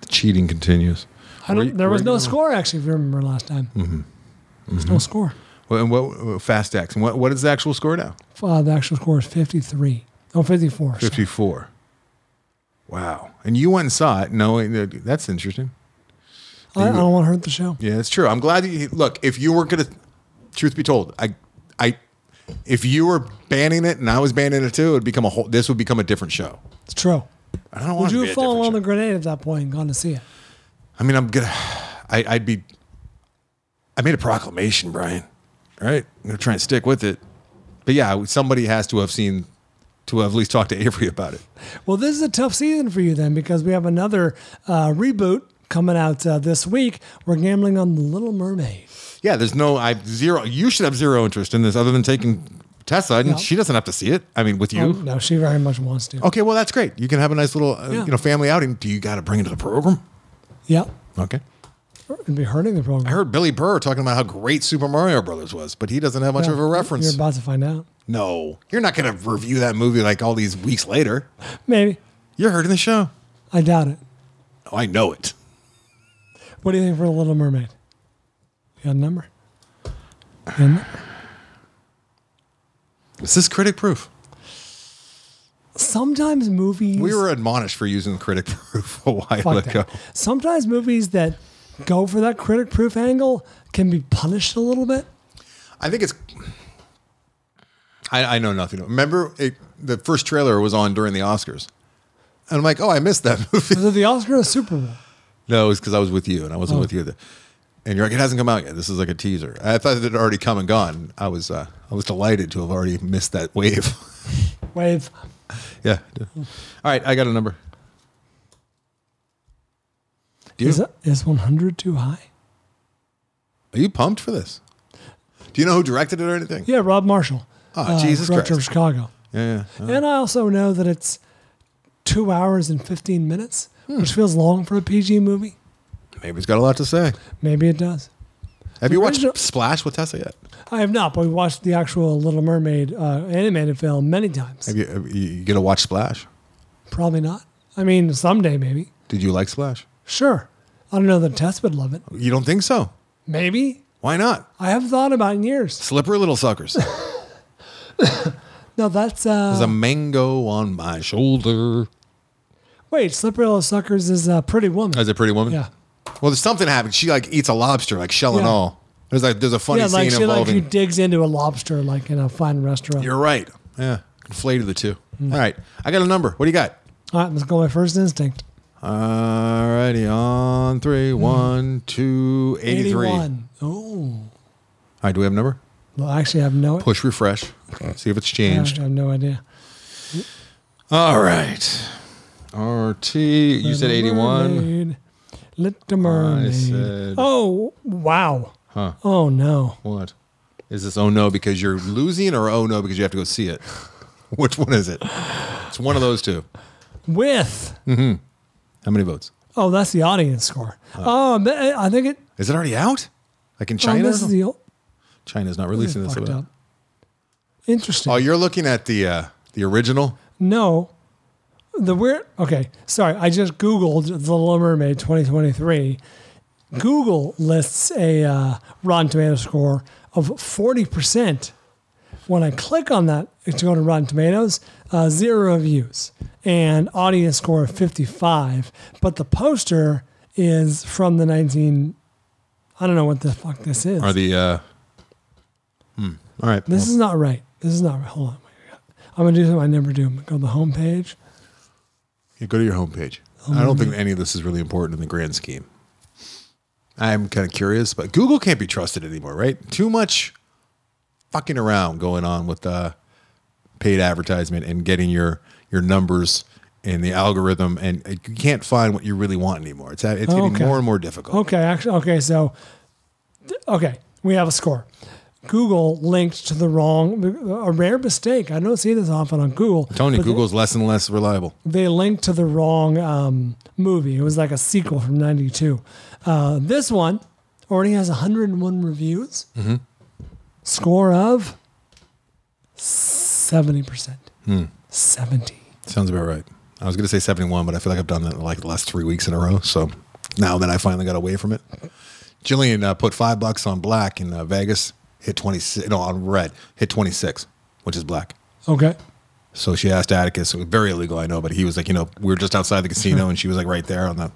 B: The cheating continues.
A: I
B: Were
A: don't,
B: you-
A: there was
B: were
A: no
B: you-
A: score, actually, if you remember last time.
B: Mhm.
A: There's no score.
B: Well, and what uh, fast X? And what what is the actual score now?
A: Uh, the actual score is 53. Oh, 54. sorry.
B: Fifty four. Wow. And you went and saw it, knowing that that's interesting.
A: I, I don't want to hurt the show.
B: Yeah, that's true. I'm glad that you look. If you were gonna, truth be told, I, I, if you were banning it and I was banning it too, it'd become a whole. This would become a different show.
A: It's true.
B: I don't want
A: Would
B: to
A: you
B: be a
A: have fallen on the grenade at that point and gone to see it?
B: I mean, I'm gonna. I, I'd be. I made a proclamation, Brian. All right, I'm gonna try and stick with it. But yeah, somebody has to have seen, to have at least talked to Avery about it.
A: Well, this is a tough season for you then because we have another uh, reboot coming out uh, this week. We're gambling on The Little Mermaid.
B: Yeah, there's no. I zero. You should have zero interest in this, other than taking Tessa, and
A: No.
B: she doesn't have to see it. I mean, with you. Oh.
A: Oh, no, she very much wants to.
B: Okay, well that's great. You can have a nice little, uh,
A: Yeah.
B: you know, family outing. Do you got to bring it to the program?
A: Yeah.
B: Okay.
A: It'd be hurting the program.
B: I heard Billy Burr talking about how great Super Mario Brothers was, but he doesn't have much
A: Yeah,
B: of a reference.
A: You're about to find out.
B: no, you're not going to review that movie like all these weeks later.
A: Maybe.
B: You're hurting the show.
A: I doubt it.
B: Oh, I know it.
A: What do you think for The Little Mermaid? You got a number? You got a number?
B: Is this critic proof?
A: Sometimes movies.
B: We were admonished for using critic proof a while
A: Fuck
B: ago.
A: that. Sometimes movies that go for that critic proof angle can be punished a little bit.
B: I think it's. I, I know nothing. Remember, it, the first trailer was on during the Oscars, and I'm like, oh, I missed that movie.
A: Was it the Oscar or Super Bowl?
B: No, it's because I was with you and I wasn't
A: Oh.
B: with you. The- And you're like, it hasn't come out yet. This is like a teaser. I thought it had already come and gone. I was uh, I was delighted to have already missed that wave.
A: Wave.
B: yeah. All right, I got a number. Do you,
A: Is, it, is 100 too high?
B: are you pumped for this? Do you know who directed it or anything?
A: Yeah, Rob Marshall. uh,
B: Oh, Jesus
A: director
B: Christ. Oh.
A: of Chicago.
B: Yeah. yeah.
A: And I also know that it's two hours and 15 minutes,
B: Hmm.
A: which feels long for a PG movie.
B: Maybe it's got a lot to say.
A: Maybe it does.
B: Have you watched
A: original-
B: Splash with Tessa yet?
A: I have not, but we watched the actual Little Mermaid uh, animated film many times.
B: Have you, have you, you gonna watch Splash?
A: Probably not. I mean, someday maybe.
B: Did you like Splash?
A: Sure. I don't know that Tess would love it.
B: You don't think so?
A: Maybe.
B: Why not?
A: I have thought about it in years.
B: Slippery little suckers.
A: No, that's uh,
B: There's a mango on my shoulder.
A: wait. Slippery Little Suckers is a Pretty Woman.
B: As a pretty woman.
A: Yeah.
B: Well, there's something happened. She like eats a lobster, like shell and
A: Yeah.
B: all. There's like there's a funny
A: yeah, like
B: scene
A: she like
B: involving.
A: who digs into a lobster like in a fine restaurant.
B: You're right. Yeah, conflated the two.
A: Mm.
B: All right, I got a number. What do you got?
A: All right, let's go. with My first instinct.
B: All righty, on three, one, two, eighty-three. All
A: Mm. Eighty-one. Oh,
B: right, do we have a number?
A: well, actually, I have no.
B: Push refresh. See if it's
A: I
B: changed.
A: have no idea.
B: All right. RT, you said eighty-one.
A: Mermaid, Little Mermaid.
B: said-
A: Oh wow.
B: Huh.
A: Oh no.
B: What? Is this oh no because you're losing or oh no because you have to go see it? Which one is it? It's one of those two.
A: With
B: Mm-hmm. How many votes?
A: oh, that's the audience score. Oh, but I think it.
B: Is it already out? Like in
A: oh,
B: China?
A: this is the old-
B: China's not releasing this.
A: fucked
B: about-
A: up. Interesting.
B: Oh, you're looking at the uh, the original.
A: No. The weird. Okay. Sorry. I just Googled The Little Mermaid 2023. Google lists a uh, Rotten Tomato score of 40%. When I click on that to go to Rotten Tomatoes, uh, zero reviews and audience score of 55. But the poster is from the 19. I don't know what the fuck this is.
B: Are the uh, hmm. all right?
A: This
B: well,
A: is not right. This is not right. Hold on. I'm going to do something I never do. I'm going to go to the homepage.
B: yeah, go to your homepage.
A: Oh,
B: I don't
A: man.
B: think any of this is really important in the grand scheme. I'm kind of curious, but Google can't be trusted anymore, right? Too much fucking around going on with uh, paid advertisement and getting your your numbers and the algorithm, and uh, you can't find what you really want anymore. It's uh, it's getting
A: Okay.
B: more and more difficult.
A: Okay, actually, okay, so, th- okay, we have a score. Google linked to the wrong, a rare mistake. I don't see this often on Google.
B: Tony,
A: but
B: Google's less and less reliable.
A: They, they linked to the wrong um, movie. It was like a sequel from '92. Uh, this one already has 101 reviews,
B: Mm-hmm.
A: score of 70%.
B: Hmm.
A: 70.
B: Sounds about right. I was going to say 71, but I feel like I've done that like the last three weeks in a row. So now that I finally got away from it, Jillian uh, put five bucks on black in uh, Vegas, hit 26, no, on red, hit 26, which is black.
A: Okay.
B: So she asked Atticus, it was very illegal, I know, but he was like, you know, we were just outside the casino and she was like right there on the,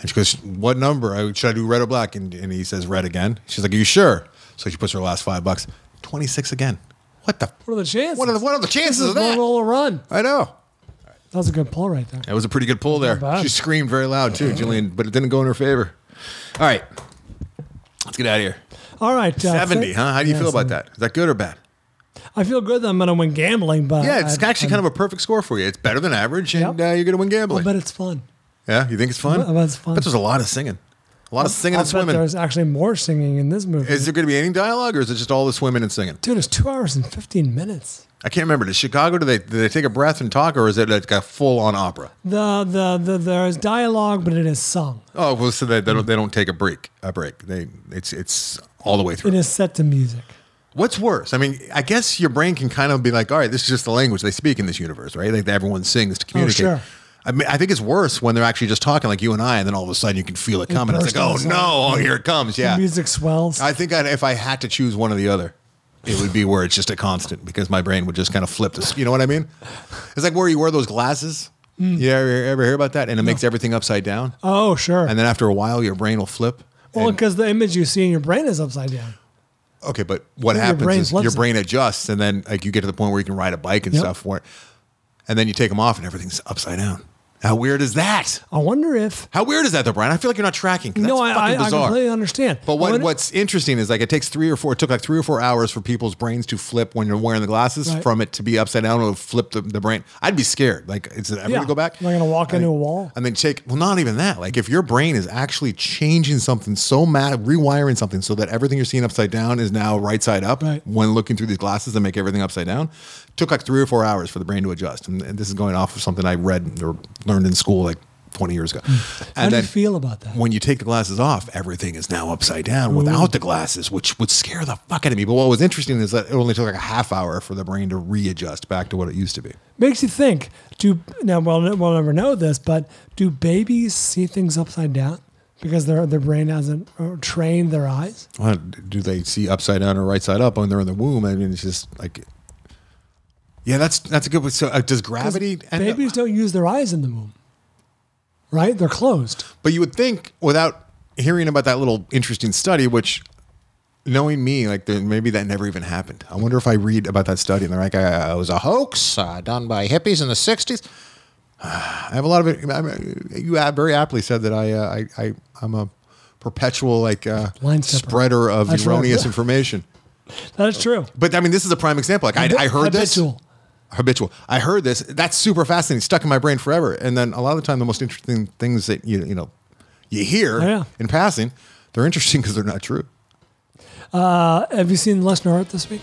B: and she goes, what number? I- Should I do red or black? And, and he says red again. She's like, are you sure? So she puts her last five bucks, 26 again.
A: What are the chances?
B: What are the, what are the chances of that?
A: Roll a run.
B: I know.
A: That was a good pull right there.
B: That was a pretty good pull there. She screamed very loud too, Jillian, but it didn't go in her favor. All right, let's get out of here.
A: All right. uh,
B: Seventy,
A: th-
B: huh? How do you
A: yeah,
B: feel
A: 70.
B: about that? Is that good or bad?
A: I feel good that I'm going to win gambling, but
B: yeah, it's
A: I-
B: actually kind of a perfect score for you. It's better than average, and uh, you're going to win
A: I
B: gambling.
A: bet it's fun.
B: yeah, you think it's fun?
A: I bet it's fun.
B: But there's a lot of singing, a A lot of singing
A: I'll
B: and
A: bet
B: swimming.
A: There's actually more singing in this movie.
B: Is there going to be any dialogue, or is it just all the swimming and singing?
A: Dude, it's two hours and 15 minutes.
B: I can't remember. Does Chicago do they do they take a breath and talk, or is it like a full on opera?
A: The, the the There is dialogue, but it is sung.
B: Oh, well, so they, they don't they don't take a break. A break. They it's it's all the way through.
A: It is set to music.
B: What's worse? I mean, I guess your brain can kind of be like, all right, this is just the language they speak in this universe, right? Like everyone sings to communicate.
A: Oh, sure.
B: I mean, I think it's worse when they're actually just talking like you and I, and then all of a sudden you can feel it
A: It
B: coming. It's
A: bursts
B: like, oh
A: inside.
B: no, oh here it comes. Yeah.
A: The music swells.
B: I think I'd, if I had to choose one or the other, it would be where it's just a constant because my brain would just kind of flip this. You know what I mean? It's like where you wear those glasses.
A: Hmm.
B: You ever, ever hear about that? And it makes everything upside down.
A: Oh, sure.
B: And then after a while, your brain will flip.
A: Well, because the image you see in your brain is upside down.
B: Okay, but what
A: Your
B: happens
A: brain
B: is
A: flips
B: your
A: it.
B: brain adjusts, and then like you get to the point where you can ride a bike and
A: Yep.
B: stuff. Where, and then you take them off, and everything's upside down. How weird is that?
A: I wonder if.
B: How weird is that, though, Brian? I feel like you're not tracking. 'cause
A: no, I,
B: that's fucking
A: I, I
B: bizarre.
A: completely understand.
B: But what,
A: When-
B: what's interesting is like it takes three or four. It took like three or four hours for people's brains to flip when you're wearing the glasses
A: Right.
B: from it to be upside down or flip the, the brain. I'd be scared. Like, is it ever
A: yeah,
B: gonna go back?
A: Am I going to walk
B: I
A: into a
B: mean-
A: wall?
B: And then take well, not even that. Like if your brain is actually changing something so mad, rewiring something so that everything you're seeing upside down is now right side up when looking through these glasses that make everything upside down. Took like three or four hours for the brain to adjust, and, and this is going off of something I read or learned in school like 20 years ago.
A: Hmm. How
B: and
A: do you
B: then
A: feel about that?
B: when you take the glasses off, everything is now upside down without the glasses, which would scare the fuck out of me. But what was interesting is that it only took like a half hour for the brain to readjust back to what it used to be.
A: Makes you think. Do now we'll, we'll never know this, but do babies see things upside down because their their brain hasn't uh, trained their eyes?
B: Well, do they see upside down or right side up when they're in the womb? I mean, it's just like, yeah, that's that's a good. one. So uh, does
A: 'Cause
B: gravity? end up-
A: Babies don't use their eyes in the womb, right? They're closed.
B: but you would think without hearing about that little interesting study, which knowing me, like there, maybe that never even happened. I wonder if I read about that study and they're like, uh, it was a hoax uh, done by hippies in the '60s. I have a lot of it. I mean, you a- very aptly said that I, uh, I, I I'm a perpetual like uh, spreader of
A: That's right.
B: erroneous information.
A: That is true.
B: But I mean, this is a prime example. Like I, I heard this
A: Habitual.
B: habitual. I heard this. That's super fascinating. Stuck in my brain forever. And then a lot of the time, the most interesting things that you you know you hear
A: Oh, yeah.
B: in passing, they're interesting because they're not true.
A: Uh, have you seen Les North this week?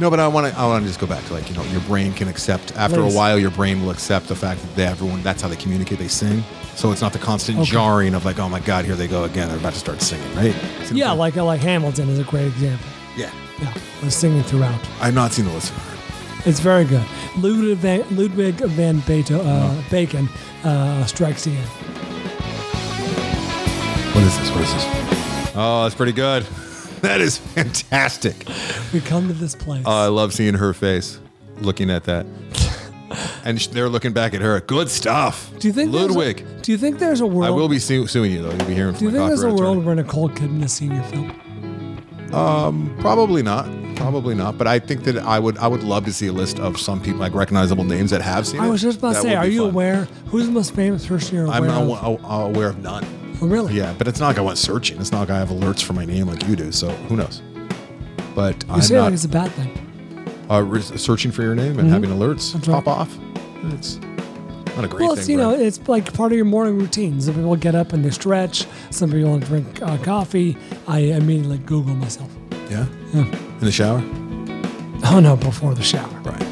B: No, but I want to. I want to just go back to like you know your brain can accept after
A: Please.
B: a while. Your brain will accept the fact that they, everyone that's how they communicate. They sing, so it's not the constant
A: Okay.
B: jarring of like oh my god here they go again. They're about to start singing, right?
A: yeah, like uh, like Hamilton is a great example.
B: Yeah.
A: Yeah, they're singing throughout.
B: I've not seen the listener.
A: It's very good. Ludwig van, Ludwig van Beetho- uh,
B: Uh-huh.
A: Bacon uh, strikes again.
B: What is this? What is this? Oh, that's pretty good. That is fantastic.
A: We come to this place.
B: Oh, I love seeing her face looking at that. and sh- they're looking back at her. Good stuff.
A: do you think there's a-
B: Ludwig?
A: do you think there's a world?
B: I will be su- suing you though. You'll be hearing
A: Do you
B: from Oh my
A: think there's a
B: copyright
A: world where Nicole Kidman is seeing your film?
B: attorney. Um, probably not. Probably not. But I think that I would. I would love to see a list of some people like recognizable names that have seen it.
A: I was just about to
B: That
A: say,
B: would
A: are
B: be
A: you
B: fun.
A: aware? Who's the most famous person you're aware of?
B: I'm aw- aw- uh, aware of none.
A: Oh, really?
B: Yeah, but it's not like I went searching. It's not like I have alerts for my name like you do. So who knows? But
A: You
B: I'm
A: say like
B: not
A: it's a bad thing.
B: uh, re- searching for your name and
A: Mhm.
B: having alerts
A: That's
B: pop
A: right.
B: off. It's not a great
A: Well,
B: thing.
A: it's you
B: Brad.
A: know, it's like part of your morning routine. Some people get up and they stretch. Some people drink uh, coffee. I immediately Google myself.
B: Yeah?
A: Yeah.
B: In the shower?
A: Oh no, before the shower.
B: Right.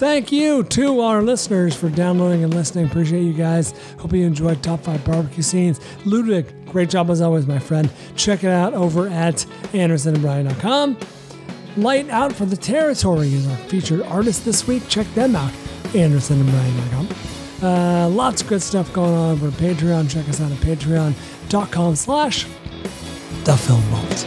A: Thank you to our listeners for downloading and listening. Appreciate you guys. Hope you enjoyed Top 5 Barbecue Scenes. Ludwig, great job as always, my friend. Check it out over at andersonandbrian.com. Light Out for the Territory is our featured artist this week. Check them out, andersonandbrian.com. Uh, lots of good stuff going on over at Patreon. Check us out at patreon.com slash the film vault.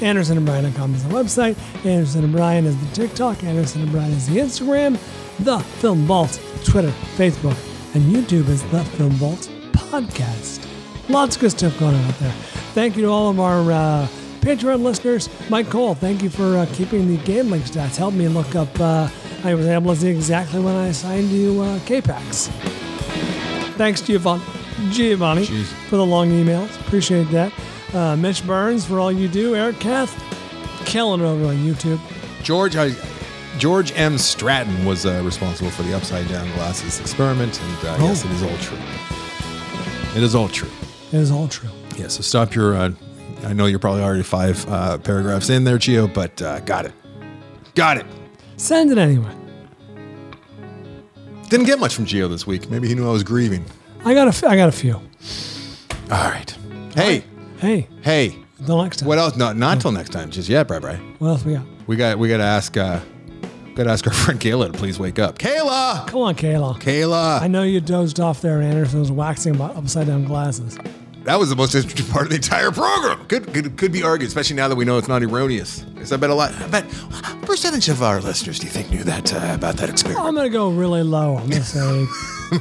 A: AndersonandBrian.com is the website. Anderson and Brian is the TikTok. Anderson and Brian is the Instagram. The Film Vault, Twitter, Facebook, and YouTube is The Film Vault Podcast. Lots of good stuff going on out there. Thank you to all of our uh, Patreon listeners. Mike Cole, thank you for uh, keeping the game link stats. Helped me look up. Uh, I was able to see exactly when I assigned you uh, K-Pax. Thanks, Giovanni, Giovanni for the long emails. Appreciate that. Uh, Mitch Burns for all you do. Eric Kath, killing it over on YouTube.
B: George, I, George M. Stratton was uh, responsible for the Oh. upside down glasses experiment, and uh, yes, it is all true. It is all true.
A: It is all true.
B: Yeah, so stop your. Uh, I know you're probably already five uh, paragraphs in there, Gio, but uh, got it. Got it.
A: Send it anyway.
B: Didn't get much from Gio this week. Maybe he knew I was grieving.
A: I got a, f- I got a few.
B: All right. Hey.
A: Hey.
B: Hey.
A: Until next time.
B: What else? No, not till next time. Just yet, Bri Bri.
A: What else we got?
B: We got we got to ask uh, got to ask our friend Kayla to please wake up. Kayla.
A: Come on, Kayla.
B: Kayla.
A: I know you dozed off there, Anderson was waxing my upside down glasses.
B: That was the most interesting part of the entire program. Could could, could be argued, especially now that we know it's not erroneous. Because I bet a lot. I bet what percentage of our listeners do you think knew that uh, about that experiment?
A: I'm gonna go really low. I'm gonna say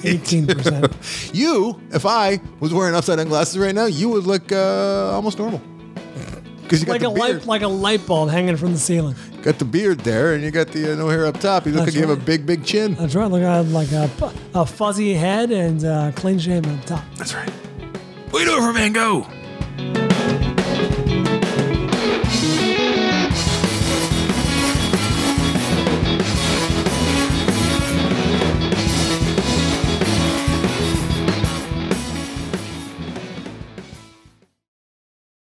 A: eighteen percent.
B: You, if I was wearing upside down glasses right now, you would look uh, almost normal. Because you got
A: Like
B: the
A: a
B: beard,
A: light like a light bulb hanging from the ceiling.
B: got the beard there, and you got the uh, no hair up top. You look
A: That's
B: like you have
A: right.
B: a big, big chin.
A: That's right. Look, I had like a, a fuzzy head and uh, clean shaven top.
B: That's right. What do you doing for Van Gogh?